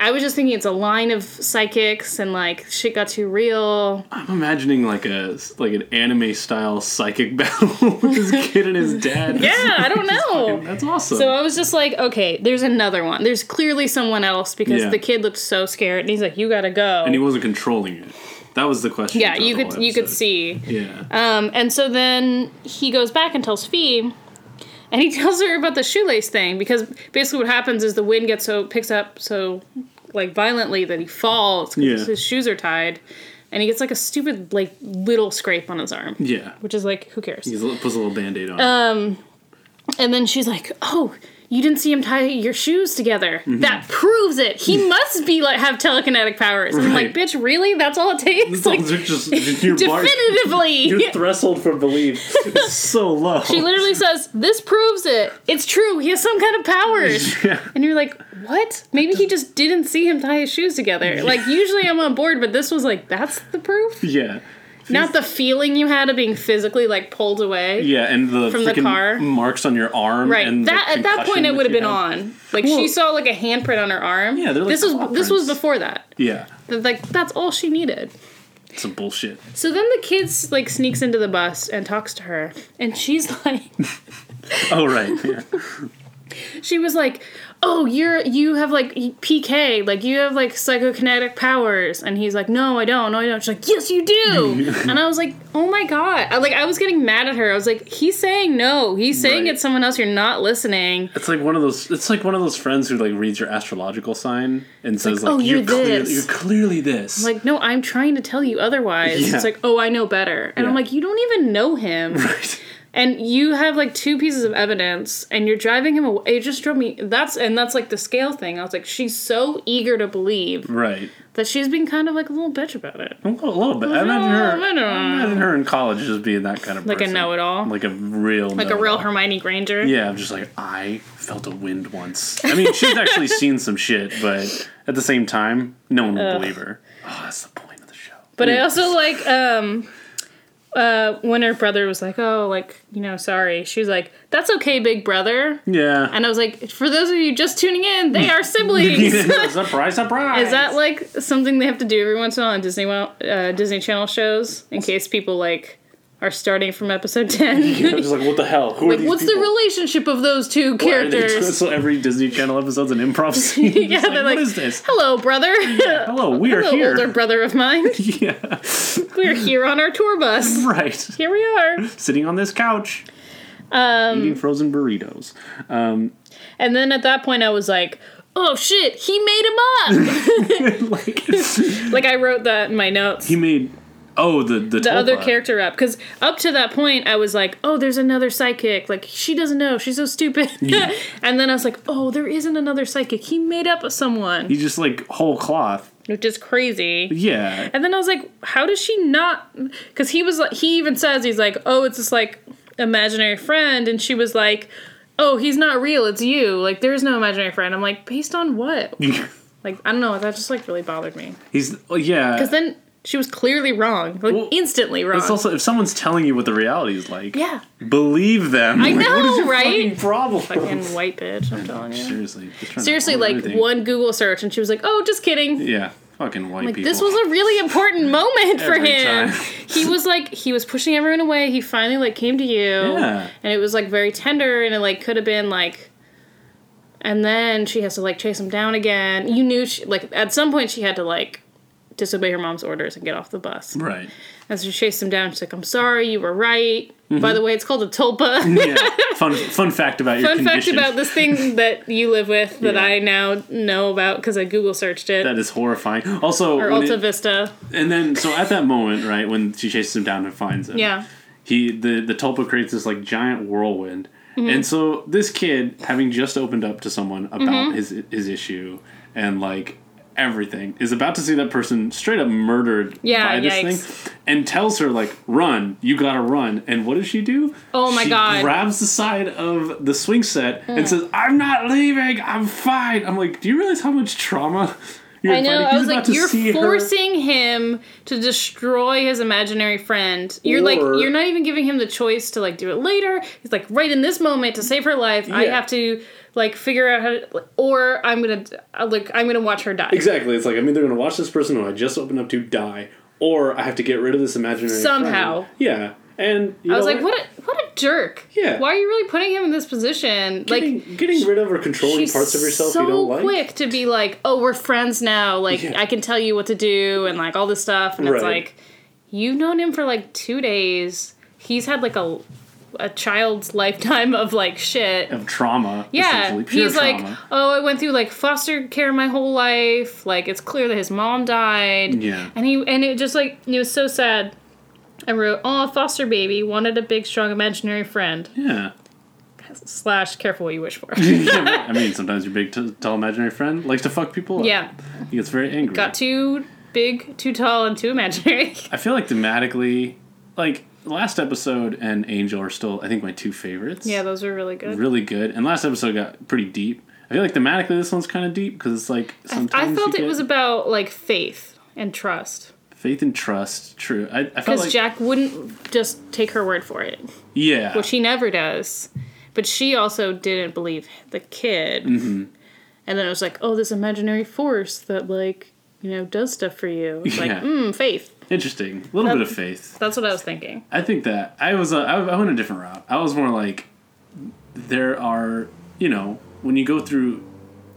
S2: i was just thinking it's a line of psychics and like shit got too real
S1: I'm imagining like a like an anime style psychic battle with this kid and his dad.
S2: yeah i don't know
S1: That's awesome.
S2: So I was just like, okay, there's another one. There's clearly someone else because
S1: Yeah.
S2: the kid looked so scared, and he's like, "You gotta go."
S1: and he wasn't controlling it. That was the question.
S2: yeah,
S1: throughout
S2: you
S1: the
S2: could
S1: whole
S2: you could
S1: episode.
S2: see.
S1: Yeah.
S2: Um, and so then he goes back and tells Fee, and he tells her about the shoelace thing because basically what happens is the wind gets so picks up so like violently that he falls because
S1: Yeah.
S2: his shoes are tied, and he gets like a stupid like little scrape on his arm,
S1: yeah.
S2: which is like, who cares?
S1: He puts a little band aid on
S2: Uh, Um, And then she's like, "Oh, you didn't see him tie your shoes together.
S1: Mm-hmm.
S2: That proves it. He must be like have telekinetic powers." And I'm like,
S1: Right.
S2: "Bitch, really? That's all it takes?
S1: it.
S2: Like,
S1: Those are just- your bar-
S2: definitively."
S1: your threshold for belief is so low.
S2: She literally says, "This proves it. It's true. He has some kind of powers."
S1: Yeah.
S2: And you're like, "What? Maybe he just didn't see him tie his shoes together." Like, usually I'm on board, but this was like, "That's the proof."
S1: Yeah.
S2: Not the feeling you had of being physically like pulled away.
S1: Yeah, and the
S2: From the
S1: freaking
S2: car.
S1: marks on your arm.
S2: Right.
S1: And the
S2: that at that
S1: concussion
S2: point it would have
S1: you
S2: been
S1: had.
S2: on. Like
S1: Well-
S2: she saw like a handprint on her arm.
S1: Yeah, they're like
S2: this was
S1: claw
S2: this was
S1: prints.
S2: before that.
S1: Yeah.
S2: That- Like that's all she needed.
S1: Some bullshit.
S2: So then the kids like sneaks into the bus and talks to her, and she's like,
S1: Oh right. Yeah.
S2: she was like, "Oh, you're you have like PK, like you have like psychokinetic powers," and he's like, "No, I don't, no, I don't." She's like, "Yes, you do," and I was like, "Oh my god!" I, like I was getting mad at her. I was like, "He's saying no. He's saying
S1: Right.
S2: it's someone else. You're not listening."
S1: It's like one of those. It's like one of those friends who like reads your astrological sign and says like,
S2: "Oh,
S1: you're,
S2: you're
S1: clearly,
S2: this."
S1: you're clearly this.
S2: Like, no, I'm trying to tell you otherwise.
S1: Yeah.
S2: It's like, oh, I know better. And I'm
S1: Yeah.
S2: like, you don't even know him.
S1: right.
S2: And you have like two pieces of evidence and you're driving him away. It just drove me. That's, and that's like the scale thing. I was like, she's so eager to believe
S1: Right.
S2: that she's been kind of like a little bitch about it.
S1: A little, a little bit. I imagine her.
S2: I don't know.
S1: I imagine her in college just being that kind of
S2: Like a
S1: person.
S2: know it all. Like,
S1: Like a real.
S2: a real
S1: know-it-all.
S2: Hermione Granger.
S1: Yeah, I'm just like I felt a wind once. I mean, she's actually seen some shit, but at the same time, no one would believe her. Oh, that's the point of the show.
S2: But I also like, um, uh, when her brother was like, oh, like, you know, sorry. She was like, that's okay, big brother.
S1: yeah.
S2: And I was like, for those of you just tuning in, they are siblings.
S1: surprise, surprise.
S2: Is that like something they have to do every once in a while on Disney Wo- uh, Disney Channel shows in case people like are starting from episode
S1: I'm
S2: ten?
S1: just like, what the hell? Who are
S2: like,
S1: these
S2: what's the
S1: people?
S2: relationship of those two
S1: Why are they-
S2: characters?
S1: so every Disney Channel episode's an improv scene.
S2: yeah,
S1: It's like,
S2: they're like,
S1: what is this?
S2: hello, brother.
S1: Hello, we are
S2: hello,
S1: here.
S2: older brother of mine.
S1: yeah,
S2: We're here on our tour bus.
S1: right.
S2: Here we are.
S1: Sitting on this couch,
S2: Um,
S1: eating frozen burritos.
S2: and then at that point, I was like, oh shit, he made him up.
S1: like
S2: like I wrote that in my notes.
S1: he made. Oh, the the,
S2: the other
S1: Tulpa.
S2: character up because up to that point i was like oh there's another psychic like she doesn't know she's so stupid and then i was like oh there isn't another psychic he made up someone
S1: He just like whole cloth.
S2: which is crazy
S1: Yeah,
S2: and then i was like how does she not because he was like he even says he's like oh it's this like imaginary friend and she was like oh he's not real it's you like there's no imaginary friend i'm like based on what like i don't know that just like really bothered me
S1: he's oh, yeah.
S2: because then she was clearly wrong like
S1: Well,
S2: instantly wrong
S1: It's also if someone's telling you what the reality is like,
S2: yeah
S1: believe them.
S2: I
S1: Like, what
S2: know,
S1: is your
S2: right?
S1: fucking problem?
S2: fucking white bitch. I'm telling you.
S1: Seriously, just trying to
S2: Seriously,
S1: avoid
S2: like
S1: everything.
S2: one Google search, and she was like, "Oh, just kidding."
S1: Yeah, fucking white
S2: Like
S1: people.
S2: this was a really important moment for
S1: Every
S2: him.
S1: time.
S2: he was like, he was pushing everyone away. He finally like came to you,
S1: Yeah.
S2: and it was like very tender, and it like could have been like. And then she has to like chase him down again. You knew she like at some point she had to like disobey her mom's orders and get off the bus.
S1: right.
S2: And so she chased him down. She's like, "I'm sorry, you were right."
S1: Mm-hmm.
S2: By the way, it's called a tulpa.
S1: Yeah. Fun fun fact about your
S2: Fun fact
S1: condition.
S2: about this thing that you live with that
S1: Yeah.
S2: I now know about because I Google searched it.
S1: that is horrifying. Also,
S2: or
S1: when it-
S2: Alta Vista.
S1: and then so at that moment, right when she chases him down and finds him,
S2: Yeah.
S1: he the the tulpa creates this like giant whirlwind
S2: Mm-hmm.
S1: and
S2: Mm-hmm.
S1: so this kid having just opened up to someone about his his issue and like everything, is about to see that person straight up murdered
S2: Yeah,
S1: by this
S2: yikes.
S1: thing, and tells her like, "Run, you gotta run." And what does she do?
S2: Oh my
S1: She
S2: God. Mm.
S1: Grabs the side of the swing set and says, "I'm not leaving. I'm fine." I'm like, do you realize how much trauma? You're
S2: I know.
S1: inviting-
S2: I
S1: he's
S2: was
S1: about
S2: like,
S1: to
S2: you're
S1: see her-
S2: forcing him to destroy his imaginary friend. You're like,
S1: Or-
S2: you're not even giving him the choice to like do it later. He's like, right in this moment to save her life, I
S1: Yeah.
S2: have to like figure out how to, or I'm gonna uh, like, I'm gonna watch her die.
S1: Exactly. It's like I'm either going to watch this person who I just opened up to die, or I have to get rid of this imaginary friend.
S2: Somehow.
S1: Yeah, and you
S2: I was
S1: know
S2: like, what a what a jerk.
S1: Yeah.
S2: Why are you really putting him in this position?
S1: Getting,
S2: like.
S1: getting rid of or controlling
S2: She's
S1: parts of yourself
S2: so
S1: you don't like.
S2: quick to be like, "Oh, we're friends now. Like,
S1: Yeah.
S2: I can tell you what to do, and like all this stuff." And it's
S1: Right.
S2: like, you've known him for like two days. He's had like a a child's lifetime of like shit.
S1: Of trauma.
S2: Yeah,
S1: essentially, pure
S2: he's like,
S1: trauma.
S2: oh, I went through like foster care my whole life. Like, it's clear that his mom died.
S1: Yeah.
S2: and he and it just like it was so sad. I wrote, "Oh, foster baby wanted a big, strong, imaginary friend."
S1: yeah.
S2: Slash, careful what you wish for.
S1: Yeah, but, I mean, sometimes your big, t- tall imaginary friend likes to fuck people up.
S2: yeah,
S1: He gets very angry.
S2: got too big, too tall, and too imaginary.
S1: I feel like thematically, like, last episode and Angel are still, I think, my two favorites.
S2: yeah, those were really good.
S1: Really good. And last episode got pretty deep. I feel like thematically this one's kind of deep because it's like sometimes
S2: I felt
S1: you
S2: it
S1: get
S2: was about like faith and trust
S1: faith and trust. True. I, I felt
S2: because
S1: like
S2: Jack wouldn't just take her word for it,
S1: yeah,
S2: which he never does. But she also didn't believe the kid. Mm-hmm. And then it was like, oh, this imaginary force that like you know does stuff for you. It's
S1: Yeah.
S2: like, mm, faith.
S1: interesting. A little bit
S2: Um,
S1: of faith.
S2: That's what I was thinking.
S1: I think that I was uh, I, I went a different route. I was more like there are you know when you go through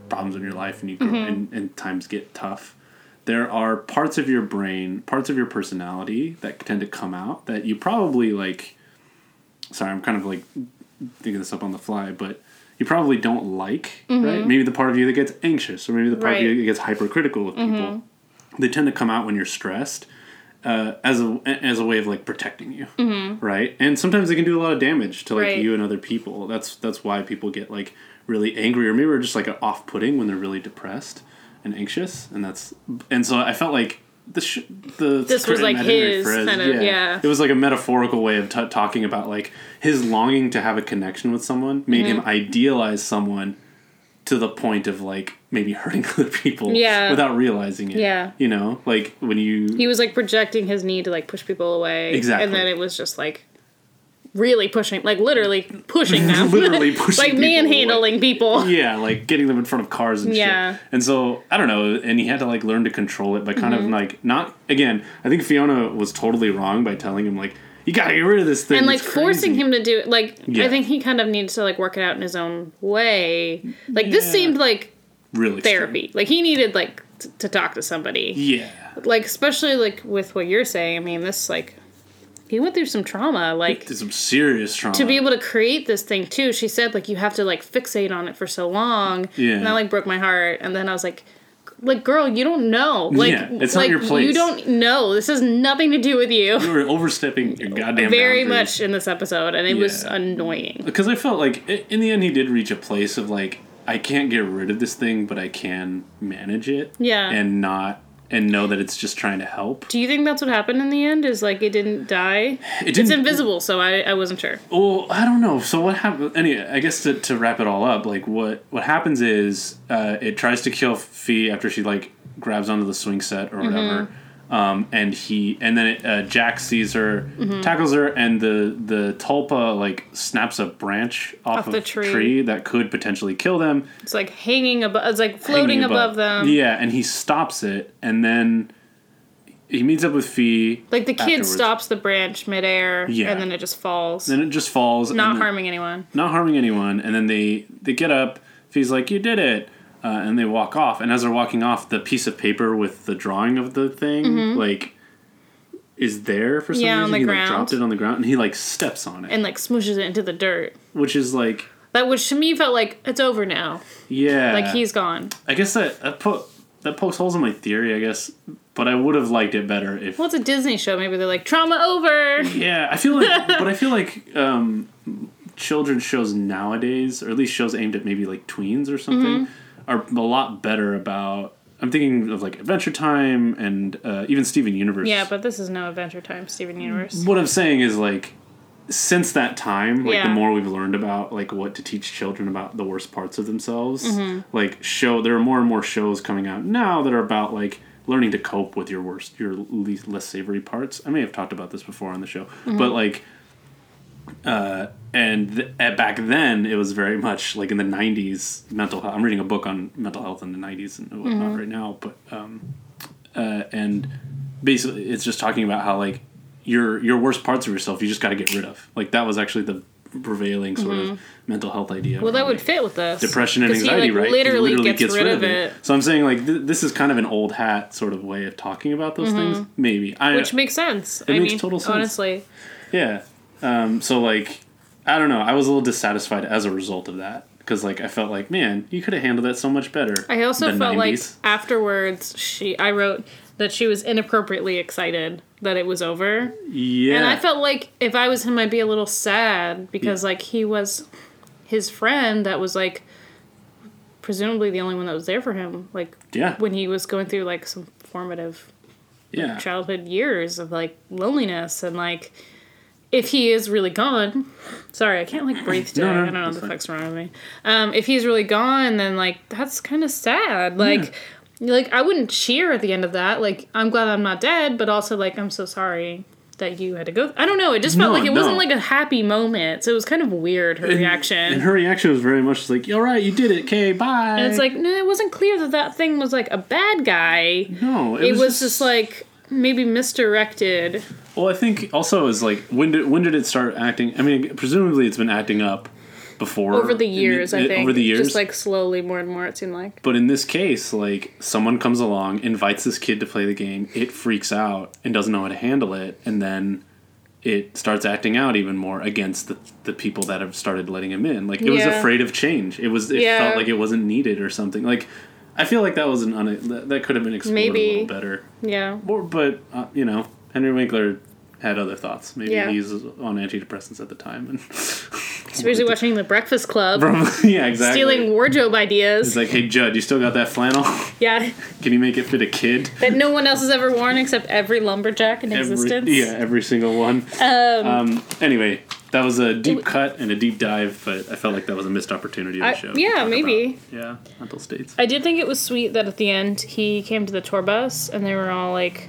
S1: problems in your life and you grow and, and times get tough, there are parts of your brain, parts of your personality that tend to come out that you probably like. Sorry, I'm kind of like thinking this up on the fly, but you probably don't like right. Maybe the part of you that gets anxious, or maybe the part of
S2: Right.
S1: you that gets hypercritical of people. They tend to come out when you're stressed. Uh, as a as a way of like protecting you, right? And sometimes they can do a lot of damage to like
S2: Mm-hmm. Right.
S1: you and other people. That's that's why people get like really angry or maybe are just like off putting when they're really depressed and anxious. And that's and so I felt like the sh- the
S2: This was, like,
S1: imaginary
S2: his kind of- yeah.
S1: It was like a metaphorical way of t- talking about like his longing to have a connection with someone made
S2: Mm-hmm.
S1: him idealize someone to the point of like maybe hurting other people
S2: Yeah.
S1: without realizing it.
S2: Yeah.
S1: You know, like when you
S2: He was like projecting his need to like push people away.
S1: Exactly.
S2: And then it was just like really pushing, like literally pushing them.
S1: Literally pushing
S2: like
S1: people
S2: manhandling people.
S1: yeah, like getting them in front of cars and
S2: Yeah.
S1: shit. And so I don't know, and he had to like learn to control it by kind
S2: Mm-hmm.
S1: of like not again. I think Fiona was totally wrong by telling him like you got to get rid of this thing
S2: And like
S1: it's
S2: forcing
S1: crazy."
S2: him to do it. Like
S1: Yeah.
S2: I think he kind of needs to like work it out in his own way. Like this
S1: Yeah.
S2: seemed like
S1: really extreme.
S2: therapy. Like he needed like t- to talk to somebody.
S1: Yeah,
S2: Like especially like with what you're saying. I mean, this like he went through some trauma. Like
S1: there's some serious trauma.
S2: to be able to create this thing too she said like you have to like fixate on it for so long
S1: Yeah.
S2: and that like broke my heart and then i was like like girl you don't know like
S1: Yeah, it's not
S2: like
S1: your place.
S2: you don't know this has nothing to do with you
S1: you were overstepping your goddamn
S2: very
S1: boundaries.
S2: much in this episode and it was
S1: Yeah.
S2: annoying
S1: because I felt like i- in the end he did reach a place of like I can't get rid of this thing, but I can manage it.
S2: Yeah.
S1: and not and know that it's just trying to help.
S2: do you think that's what happened in the end is like it didn't die
S1: It
S2: it's
S1: didn't-
S2: invisible so i, I wasn't sure
S1: Well, I don't know. So what happened? Anyway, I guess to, to wrap it all up, like what what happens is uh, it tries to kill Fee after she like grabs onto the swing set or whatever,
S2: Mm-hmm.
S1: um, and he and then it, uh, Jack sees her,
S2: Mm-hmm.
S1: tackles her, and the the tulpa like snaps a branch off,
S2: Off
S1: of
S2: the
S1: the tree.
S2: tree.
S1: that could potentially kill them,
S2: it's like hanging above it's like floating
S1: hanging
S2: above. them
S1: Yeah, and he stops it, and then he meets up with Fee.
S2: like the kid
S1: afterwards.
S2: stops the branch midair
S1: Yeah.
S2: and then it just falls
S1: Then it just falls.
S2: not
S1: and
S2: harming anyone
S1: not harming anyone. And then they they get up. Fee's like, "You did it," uh, and they walk off. And as they're walking off, the piece of paper with the drawing of the thing like is there for some
S2: Mm-hmm. Yeah, on
S1: reason.
S2: the
S1: he
S2: ground.
S1: like dropped it on the ground, and he like steps on it,
S2: and like smooshes it into the dirt
S1: which is like,
S2: That which to me felt like it's over now.
S1: yeah,
S2: Like he's gone.
S1: I guess that that put that pokes holes in my theory. I guess, but I would have liked it better if.
S2: Well, it's a Disney show. Maybe they're like trauma over.
S1: Yeah, I feel like, but I feel like um, children's shows nowadays, or at least shows aimed at maybe like tweens or something, are a lot better about I'm thinking of like Adventure Time and uh, even Steven Universe.
S2: Yeah, but this is no Adventure Time, Steven Universe.
S1: what I'm saying is like since that time, like the
S2: Yeah.
S1: more we've learned about like what to teach children about the worst parts of themselves, like show there are more and more shows coming out now that are about like learning to cope with your worst, your least less savory parts. I may have talked about this before on the show, but like uh, and th- at back then it was very much like in the 90s mental health i'm reading a book on mental health in the 90s and whatnot right now but um uh and basically it's just talking about how like your your worst parts of yourself you just got to get rid of like that was actually the prevailing sort of mental health idea
S2: Mm-hmm. Well, that
S1: around
S2: would fit with this.
S1: depression and
S2: 'Cause he,
S1: anxiety
S2: like,
S1: right He
S2: Literally, gets, rid of it.
S1: so i'm saying like th- this is kind of an old hat sort of way of talking about those things maybe i
S2: Mm-hmm. Which makes sense. I
S1: makes
S2: mean,
S1: total sense.
S2: honestly.
S1: yeah. Um, so like, I don't know. I was a little dissatisfied as a result of that because like I felt like, man, you could have handled that so much better.
S2: I also
S1: than
S2: felt like
S1: 90s.
S2: afterwards she I wrote that she was inappropriately excited that it was over.
S1: yeah,
S2: And I felt like if I was him I'd be a little sad because
S1: Yeah.
S2: like he was his friend that was like presumably the only one that was there for him like
S1: yeah,
S2: when he was going through like some formative
S1: yeah,
S2: childhood years of like loneliness and like if he is really gone sorry i can't like breathe today
S1: No, no,
S2: i don't know what
S1: that's
S2: the
S1: fine.
S2: fuck's wrong with me um if he's really gone then like that's kind of sad like like i wouldn't cheer at the end of that like i'm glad i'm not dead but also like i'm so sorry that you had to go i don't know it just felt
S1: No,
S2: like it
S1: no.
S2: wasn't like a happy moment so it was kind of weird her reaction
S1: And her reaction was very much like, "All right, you did it. Okay, bye."
S2: and it's like no it wasn't clear that that thing was like a bad guy
S1: no,
S2: it was, just, like maybe misdirected
S1: Well, I think also is like when did when did it start acting? I mean, presumably it's been acting up before
S2: over the years,
S1: in-
S2: I think.
S1: Over the years,
S2: just like slowly, more and more, it seemed like.
S1: But in this case, like someone comes along, invites this kid to play the game, it freaks out and doesn't know how to handle it, and then it starts acting out even more against the, the people that have started letting him in. Like it was
S2: Yeah.
S1: afraid of change. It was it
S2: Yeah.
S1: felt like it wasn't needed or something. Like I feel like that was an un- that, that could have been explored a
S2: Maybe.
S1: little better.
S2: Yeah,
S1: Or, but uh, you know, Henry Winkler had other thoughts. Maybe
S2: Yeah.
S1: he was on antidepressants at the time and
S2: he's busy watching The Breakfast Club,
S1: yeah, exactly.
S2: stealing wardrobe ideas.
S1: It's like, hey Judd, you still got that flannel?
S2: yeah,
S1: Can you make it fit a kid?
S2: that no one else has ever worn except every lumberjack in existence.
S1: Every, yeah, every single one.
S2: Um,
S1: Um, anyway, that was a deep
S2: It w-
S1: cut and a deep dive, but I felt like that was a missed opportunity of the
S2: I-
S1: show.
S2: yeah,
S1: to talk
S2: maybe.
S1: about, yeah, mental states.
S2: I did think it was sweet that at the end he came to the tour bus and they were all like,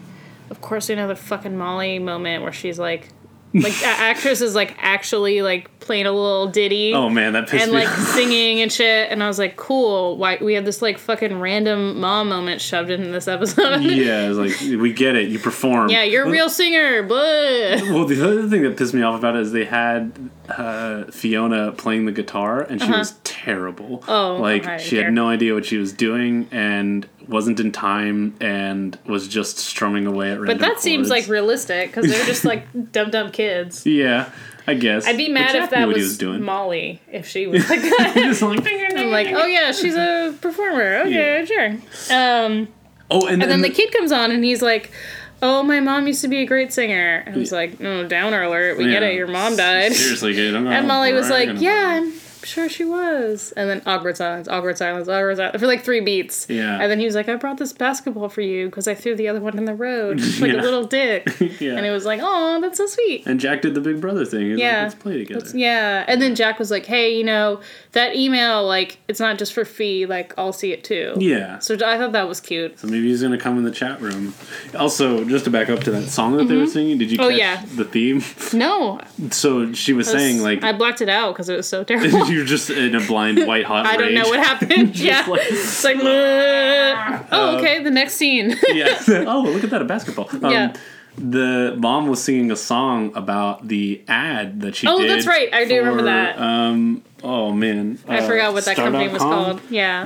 S2: of course, you know, the fucking Molly moment where she's like, like, that actress is like actually like playing a little ditty.
S1: oh man, that pissed
S2: and
S1: me
S2: like
S1: off.
S2: singing and shit. And I was like, cool. Why we had this like fucking random mom moment shoved in this episode?
S1: Yeah, it was like we get it. You perform.
S2: yeah, you're a real singer. Blah.
S1: Well, the other thing that pissed me off about it is they had uh, Fiona playing the guitar, and she was terrible.
S2: Uh-huh. Oh,
S1: like
S2: I didn't
S1: she
S2: care.
S1: had no idea what she was doing, and wasn't in time, and was just strumming away at random.
S2: But that seems like
S1: chords.
S2: realistic because they're just like dumb dumb kids.
S1: yeah, I guess.
S2: I'd be mad if that was,
S1: what he was doing.
S2: Molly if she was like that.
S1: Just like,
S2: I'm like, oh yeah, she's a performer. Okay, sure. Um,
S1: Oh, and,
S2: and then the kid comes on and he's like. Oh, my mom used to be a great singer. And I was like, oh, downer alert. We get
S1: Yeah.
S2: it. Your mom died.
S1: Seriously, kid. I'm
S2: And Molly was like, "Yeah, I'm sure she was." And then awkward silence, awkward silence, awkward silence for like three beats.
S1: Yeah.
S2: And then he was like, "I brought this basketball for you because I threw the other one in the road like
S1: Yeah.
S2: a little dick."
S1: yeah.
S2: And it was like, "Oh, that's so sweet."
S1: and Jack did the Big Brother thing. He's
S2: Yeah.
S1: Like, Let's play together.
S2: Yeah. And then Jack was like, "Hey, you know that email? Like, it's not just for fee. Like, I'll see it too."
S1: yeah.
S2: So I thought that was cute.
S1: So maybe he's gonna come in the chat room. Also, just to back up to that song that they were singing, did you
S2: Oh,
S1: catch
S2: yeah.
S1: the theme?
S2: No,
S1: So she was, saying like
S2: I blacked it out because it was so terrible.
S1: you're just in a blind white hot
S2: I don't
S1: rage.
S2: know what happened. yeah,
S1: like-
S2: it's like, oh, okay. The next scene.
S1: yeah. oh, look at that, a basketball. Um,
S2: Yeah.
S1: The mom was singing a song about the ad that she
S2: Oh,
S1: did.
S2: that's right. I do remember
S1: for,
S2: that.
S1: Um, oh man,
S2: I forgot what that company was called. Yeah.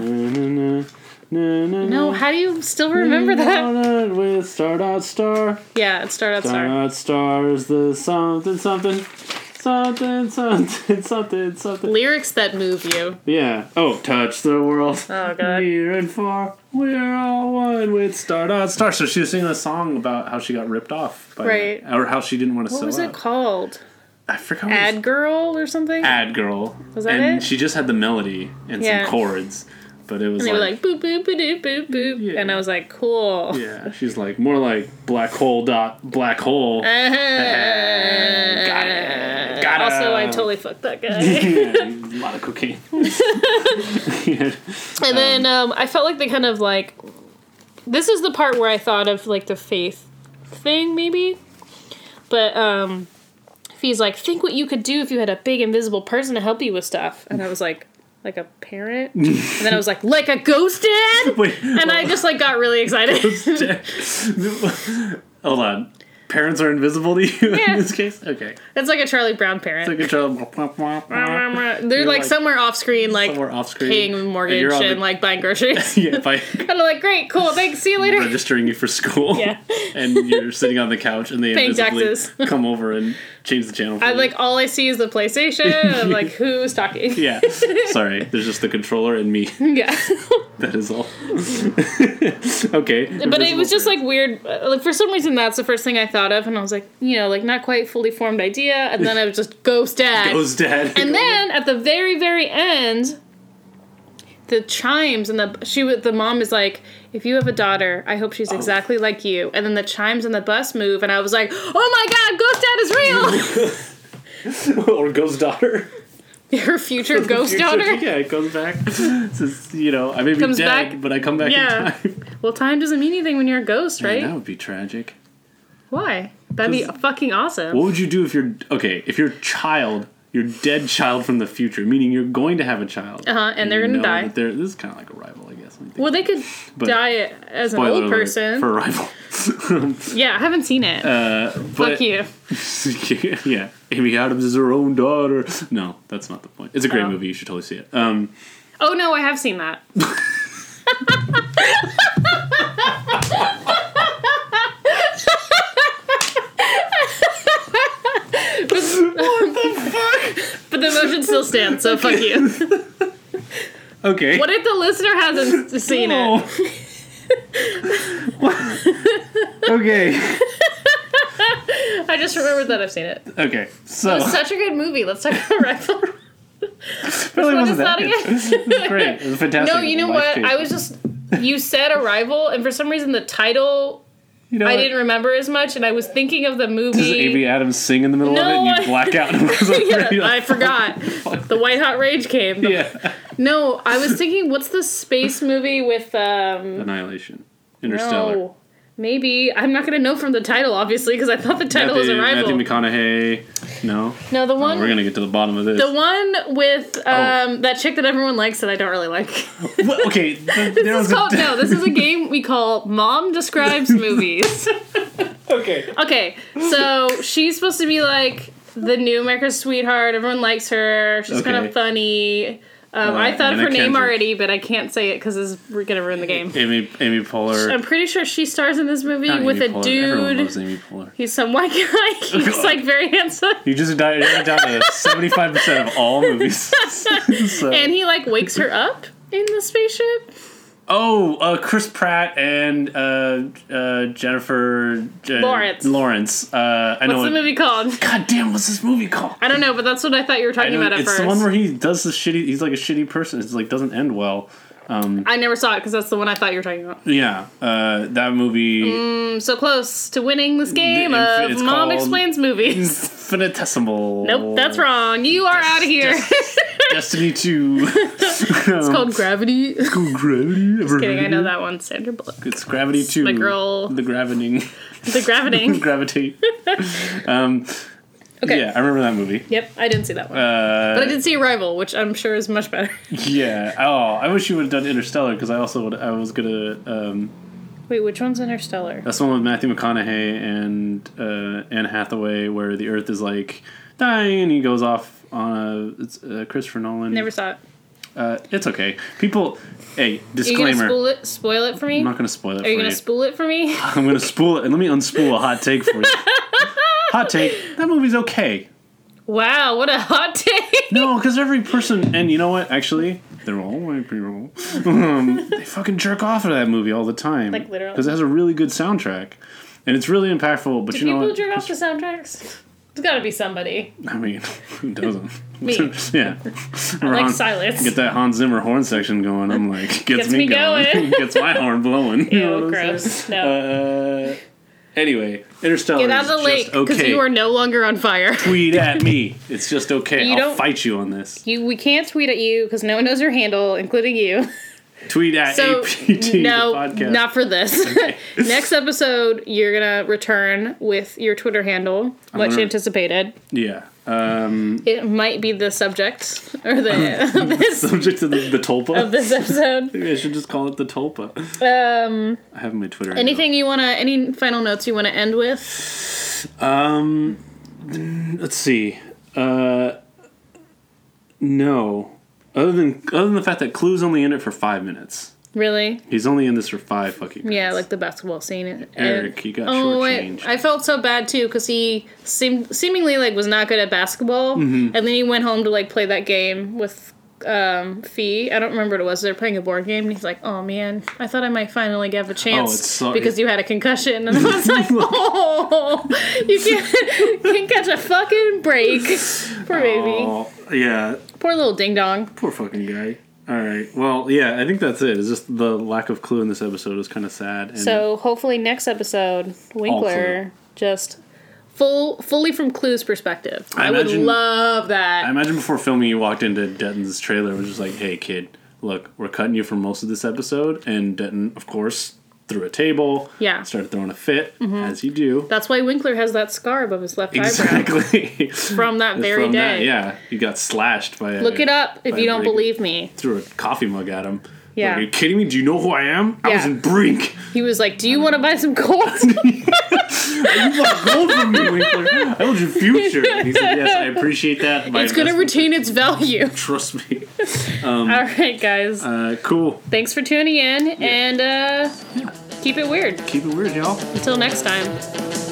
S2: No, how do you still remember
S1: Mm-hmm.
S2: that?
S1: With start out star,
S2: Yeah, it started out
S1: start
S2: star.
S1: out stars the something something, something something something something.
S2: Lyrics that move you.
S1: Yeah. Oh, touch the world.
S2: Oh, God.
S1: Near and far, we're all one with star dot star. So she was singing a song about how she got ripped off, by
S2: Right.
S1: Or how she didn't want to
S2: What
S1: sew
S2: was
S1: up.
S2: it called?
S1: I forgot. What it was
S2: Ad Girl or something?
S1: Ad Girl.
S2: Was that
S1: and
S2: it?
S1: she just had the melody and
S2: Yeah.
S1: some chords. but it was
S2: And they were
S1: like,
S2: like boop boop boop boop boop,
S1: Yeah.
S2: and I was like, cool.
S1: yeah, she's like more like black hole dot black
S2: Uh,
S1: hole. Got it. Got
S2: Also, I
S1: him.
S2: totally fucked that guy.
S1: Yeah, a lot of cocaine. yeah.
S2: and then um, I felt like they kind of like. This is the part where I thought of like the faith thing, maybe. But um, Fee's like, think what you could do if you had a big invisible person to help you with stuff. And I was like, like a parent? and then I was like, like a ghost dad?
S1: Wait,
S2: And I just like got really excited.
S1: hold on. Parents are invisible to you
S2: Yeah.
S1: in this case. Okay,
S2: That's like a Charlie Brown parent.
S1: so control. They're uh,
S2: They're like,
S1: like,
S2: somewhere off screen, like
S1: Somewhere off screen.
S2: paying mortgage
S1: You're on
S2: and
S1: the-
S2: like buying groceries.
S1: yeah, if I
S2: and I'm like, great, cool, thanks, see you later.
S1: registering you for school.
S2: Yeah.
S1: and you're sitting on the couch and they
S2: Paying
S1: invisibly
S2: taxes.
S1: come over and change the channel. For
S2: I
S1: you.
S2: like all I see is the PlayStation. and I'm like, who's talking?
S1: Yeah. Sorry, there's just the controller and me.
S2: Yeah.
S1: That is all. okay.
S2: but it was just like weird. uh, Like for some reason, that's the first thing I thought of, and I was like, you know, like not quite fully formed idea. And then I was just ghost dad.
S1: Goes dad.
S2: and then at the very very end the chimes and the she wa- the mom is like if you have a daughter i hope
S1: Oh.
S2: she's exactly like you and then the chimes and the bus move and i was like oh my god ghost
S1: or goes daughter.
S2: dad is real her future ghost
S1: Future-
S2: daughter
S1: Yeah, it comes back. Says, you know, I may be
S2: Comes
S1: dead,
S2: back.
S1: but I come back
S2: Yeah.
S1: in time.
S2: well time doesn't mean anything when you're a ghost right
S1: That would be tragic.
S2: why that'd be
S1: 'Cause-
S2: fucking awesome
S1: What would you do if you're okay? If your child, your dead child from the future, meaning you're going to have a child,
S2: Uh-huh, and they're
S1: you
S2: gonna
S1: know
S2: die.
S1: that they're- this is kind of like a rival, I guess. when you think-
S2: well they could
S1: But-
S2: die as an
S1: Spoiler
S2: old
S1: alert
S2: person
S1: for a rival.
S2: yeah i haven't seen it
S1: But-
S2: fuck you
S1: yeah, Amy Adams is her own daughter. No, that's not the point. It's a great
S2: Oh.
S1: movie. You should totally see it. Um,
S2: oh no i have seen that But the motion still stands, so fuck you.
S1: okay.
S2: What if the listener hasn't s- seen
S1: No.
S2: it?
S1: okay.
S2: I just remembered that I've seen it.
S1: Okay. So
S2: It's such a good movie. Let's talk about Rifle.
S1: really
S2: What is
S1: wasn't that
S2: that
S1: good.
S2: again?
S1: It was great. It was fantastic.
S2: No, you know
S1: Life
S2: what?
S1: changing.
S2: I was just. You said Arrival, and for some reason the title
S1: You know
S2: I
S1: what?
S2: didn't remember as much, and I was thinking of the
S1: Does
S2: movie.
S1: Amy Adams sing in the middle of it
S2: No,
S1: and
S2: I-
S1: you black out?
S2: Yeah, I forgot. The White Hot Rage came.
S1: Yeah.
S2: No, I was thinking, what's the space movie with um?
S1: Annihilation. Interstellar.
S2: No, maybe I'm not gonna know from the title, obviously, because I thought the title was
S1: Matthew,
S2: Arrival.
S1: Matthew McConaughey. No.
S2: no, the one
S1: We're going to get Oh. to the bottom of this.
S2: The one with um, that chick that everyone likes that I don't really like.
S1: What- okay. th- there
S2: this
S1: was
S2: is
S1: a
S2: called
S1: di-
S2: no. This is a game we call Mom Describes Movies.
S1: Okay.
S2: Okay, so she's supposed to be like the new America's sweetheart. Everyone likes her. She's kind
S1: Okay.
S2: of funny. Um,
S1: Uh,
S2: I thought of
S1: Anna
S2: her name
S1: Kendrick.
S2: already, but I can't say it because we're gonna ruin the game.
S1: Amy Amy Poehler.
S2: I'm pretty sure she stars in this movie
S1: Not
S2: with
S1: Amy
S2: a
S1: Poehler. Everyone
S2: dude.
S1: loves Amy Poehler.
S2: He's some white guy. He's
S1: God.
S2: like very handsome,
S1: You just died you're down to seventy five percent of all movies. So-
S2: and he like wakes her up in the spaceship.
S1: Oh, uh, Chris Pratt and uh, uh, Jennifer uh,
S2: Lawrence.
S1: Lawrence. Uh, I know.
S2: What's the
S1: it-
S2: movie called?
S1: God damn, what's this movie called?
S2: I don't know, but that's what I thought you were
S1: I
S2: talking
S1: know
S2: about at
S1: it's
S2: first.
S1: the one where he does the shitty. He's like a shitty person. It's like doesn't end well.
S2: I never saw it because that's the one I thought you were talking about.
S1: Yeah, uh, that movie
S2: I'm so close to winning this game
S1: infi-
S2: of
S1: it's
S2: Mom
S1: called-
S2: Explains Movies.
S1: infinitesimal.
S2: Nope, that's wrong. You are out of here.
S1: Destiny Two.
S2: it's called Gravity. Just
S1: Gravity. Just
S2: kidding, I know that one. Sandra Bullock.
S1: It's Gravity Two.
S2: my girl.
S1: The graviting.
S2: The Gravity.
S1: Gravitate. um,
S2: Okay.
S1: Yeah, I remember that movie.
S2: Yep, I didn't see that one.
S1: Uh,
S2: but I did see Arrival, which I'm sure is much better.
S1: Yeah. Oh, I wish you would have done Interstellar because I also would. I was gonna. Um,
S2: Wait, which one's Interstellar?
S1: that's the one with Matthew McConaughey and uh, Anne Hathaway, where the Earth is like dying, and he goes off on a. It's uh, Christopher Nolan.
S2: Never saw it.
S1: Uh, it's okay. People. Hey,
S2: Are you going to
S1: disclaimer.
S2: spoil it, spoil it for me?
S1: I'm not gonna spoil it
S2: Are you
S1: for
S2: going
S1: you.
S2: to spoil it for me?
S1: I'm gonna spoil it, and let me unspool a hot take for you. hot take. That movie's okay.
S2: wow, what a hot take.
S1: No, because every person, and you know what? Actually, they're all white people. Um, they fucking jerk off at that movie all the time.
S2: Like, literally.
S1: because it has a really good soundtrack, and it's really impactable. But
S2: Do
S1: you know,
S2: people
S1: what?
S2: jerk off to soundtracks? There's got to be somebody.
S1: I mean, who doesn't?
S2: Me.
S1: yeah.
S2: like
S1: Ron-
S2: Silas.
S1: Get that Hans Zimmer horn section going. I'm like, gets,
S2: Gets
S1: me,
S2: me
S1: going.
S2: going.
S1: gets my horn blowing. You know
S2: Ew,
S1: what I'm
S2: Oh, gross.
S1: saying?
S2: No.
S1: Uh, anyway, Interstellar
S2: Get out of the
S1: is
S2: lake
S1: just
S2: because
S1: okay.
S2: you are no longer on fire.
S1: Tweet at me. It's just okay.
S2: You
S1: I'll
S2: don't-
S1: fight you on this.
S2: You, we can't tweet at you because no one knows your handle, including you.
S1: Tweet at
S2: So
S1: APT
S2: no,
S1: the podcast.
S2: not for this. Next episode, you're gonna return with your Twitter handle, much
S1: gonna-
S2: anticipated.
S1: yeah. Um,
S2: It might be the subject or the this
S1: subject to the, the tulpa.
S2: of this episode.
S1: Maybe I should just call it the tulpa.
S2: Um,
S1: I have my Twitter. handle.
S2: anything you wanna? Any final notes you wanna end with?
S1: Um, let's see. Uh, no. Other than other than the fact that Clue's only in it for five minutes.
S2: Really?
S1: He's only in this for five fucking minutes.
S2: Yeah, like the basketball scene. And-
S1: Eric, you got
S2: Oh, I,
S1: shortchanged.
S2: I felt so bad too because he seemed seemingly like was not good at basketball,
S1: Mm-hmm.
S2: and then he went home to like play that game with um, Fee. I don't remember what it was. They're playing a board game, and he's like, "Oh man, I thought I might finally have a chance
S1: Oh, it's so-
S2: because you had a concussion." And I was like, "Oh, you can't, can't catch a fucking break, poor baby,
S1: Oh, yeah.
S2: poor little ding dong."
S1: Poor fucking guy. All right. Well, yeah. I think that's it. It's just the lack of Clue in this episode is kind of sad. And
S2: So hopefully next episode, Winkler just full fully from Clue's perspective. I,
S1: I
S2: would
S1: imagine-
S2: love that.
S1: I imagine before filming, you walked into Denton's trailer and was just like, "Hey, kid, look, we're cutting you for most of this episode." And Denton, of course, threw a table.
S2: Yeah.
S1: Started throwing a fit, as you do.
S2: That's why Winkler has that scar above his left eyebrow
S1: Exactly.
S2: from that very
S1: From
S2: day.
S1: that, yeah, he got slashed by. a-
S2: Look it up if
S1: by a
S2: you don't
S1: break-
S2: believe me.
S1: Threw a coffee mug at him.
S2: Yeah.
S1: Like, Are you kidding me? Do you know who I am? I was
S2: Yeah.
S1: in Brink.
S2: He was like, "Do you want to buy some gold?"
S1: You bought gold from me, Winkler. I was your future. And he said, "Yes, I appreciate that." My
S2: it's gonna
S1: investment-
S2: retain its value.
S1: Trust me. Um,
S2: All right, guys.
S1: Uh, cool.
S2: Thanks for tuning in, and uh, keep it weird.
S1: Keep it weird, y'all.
S2: Until next time.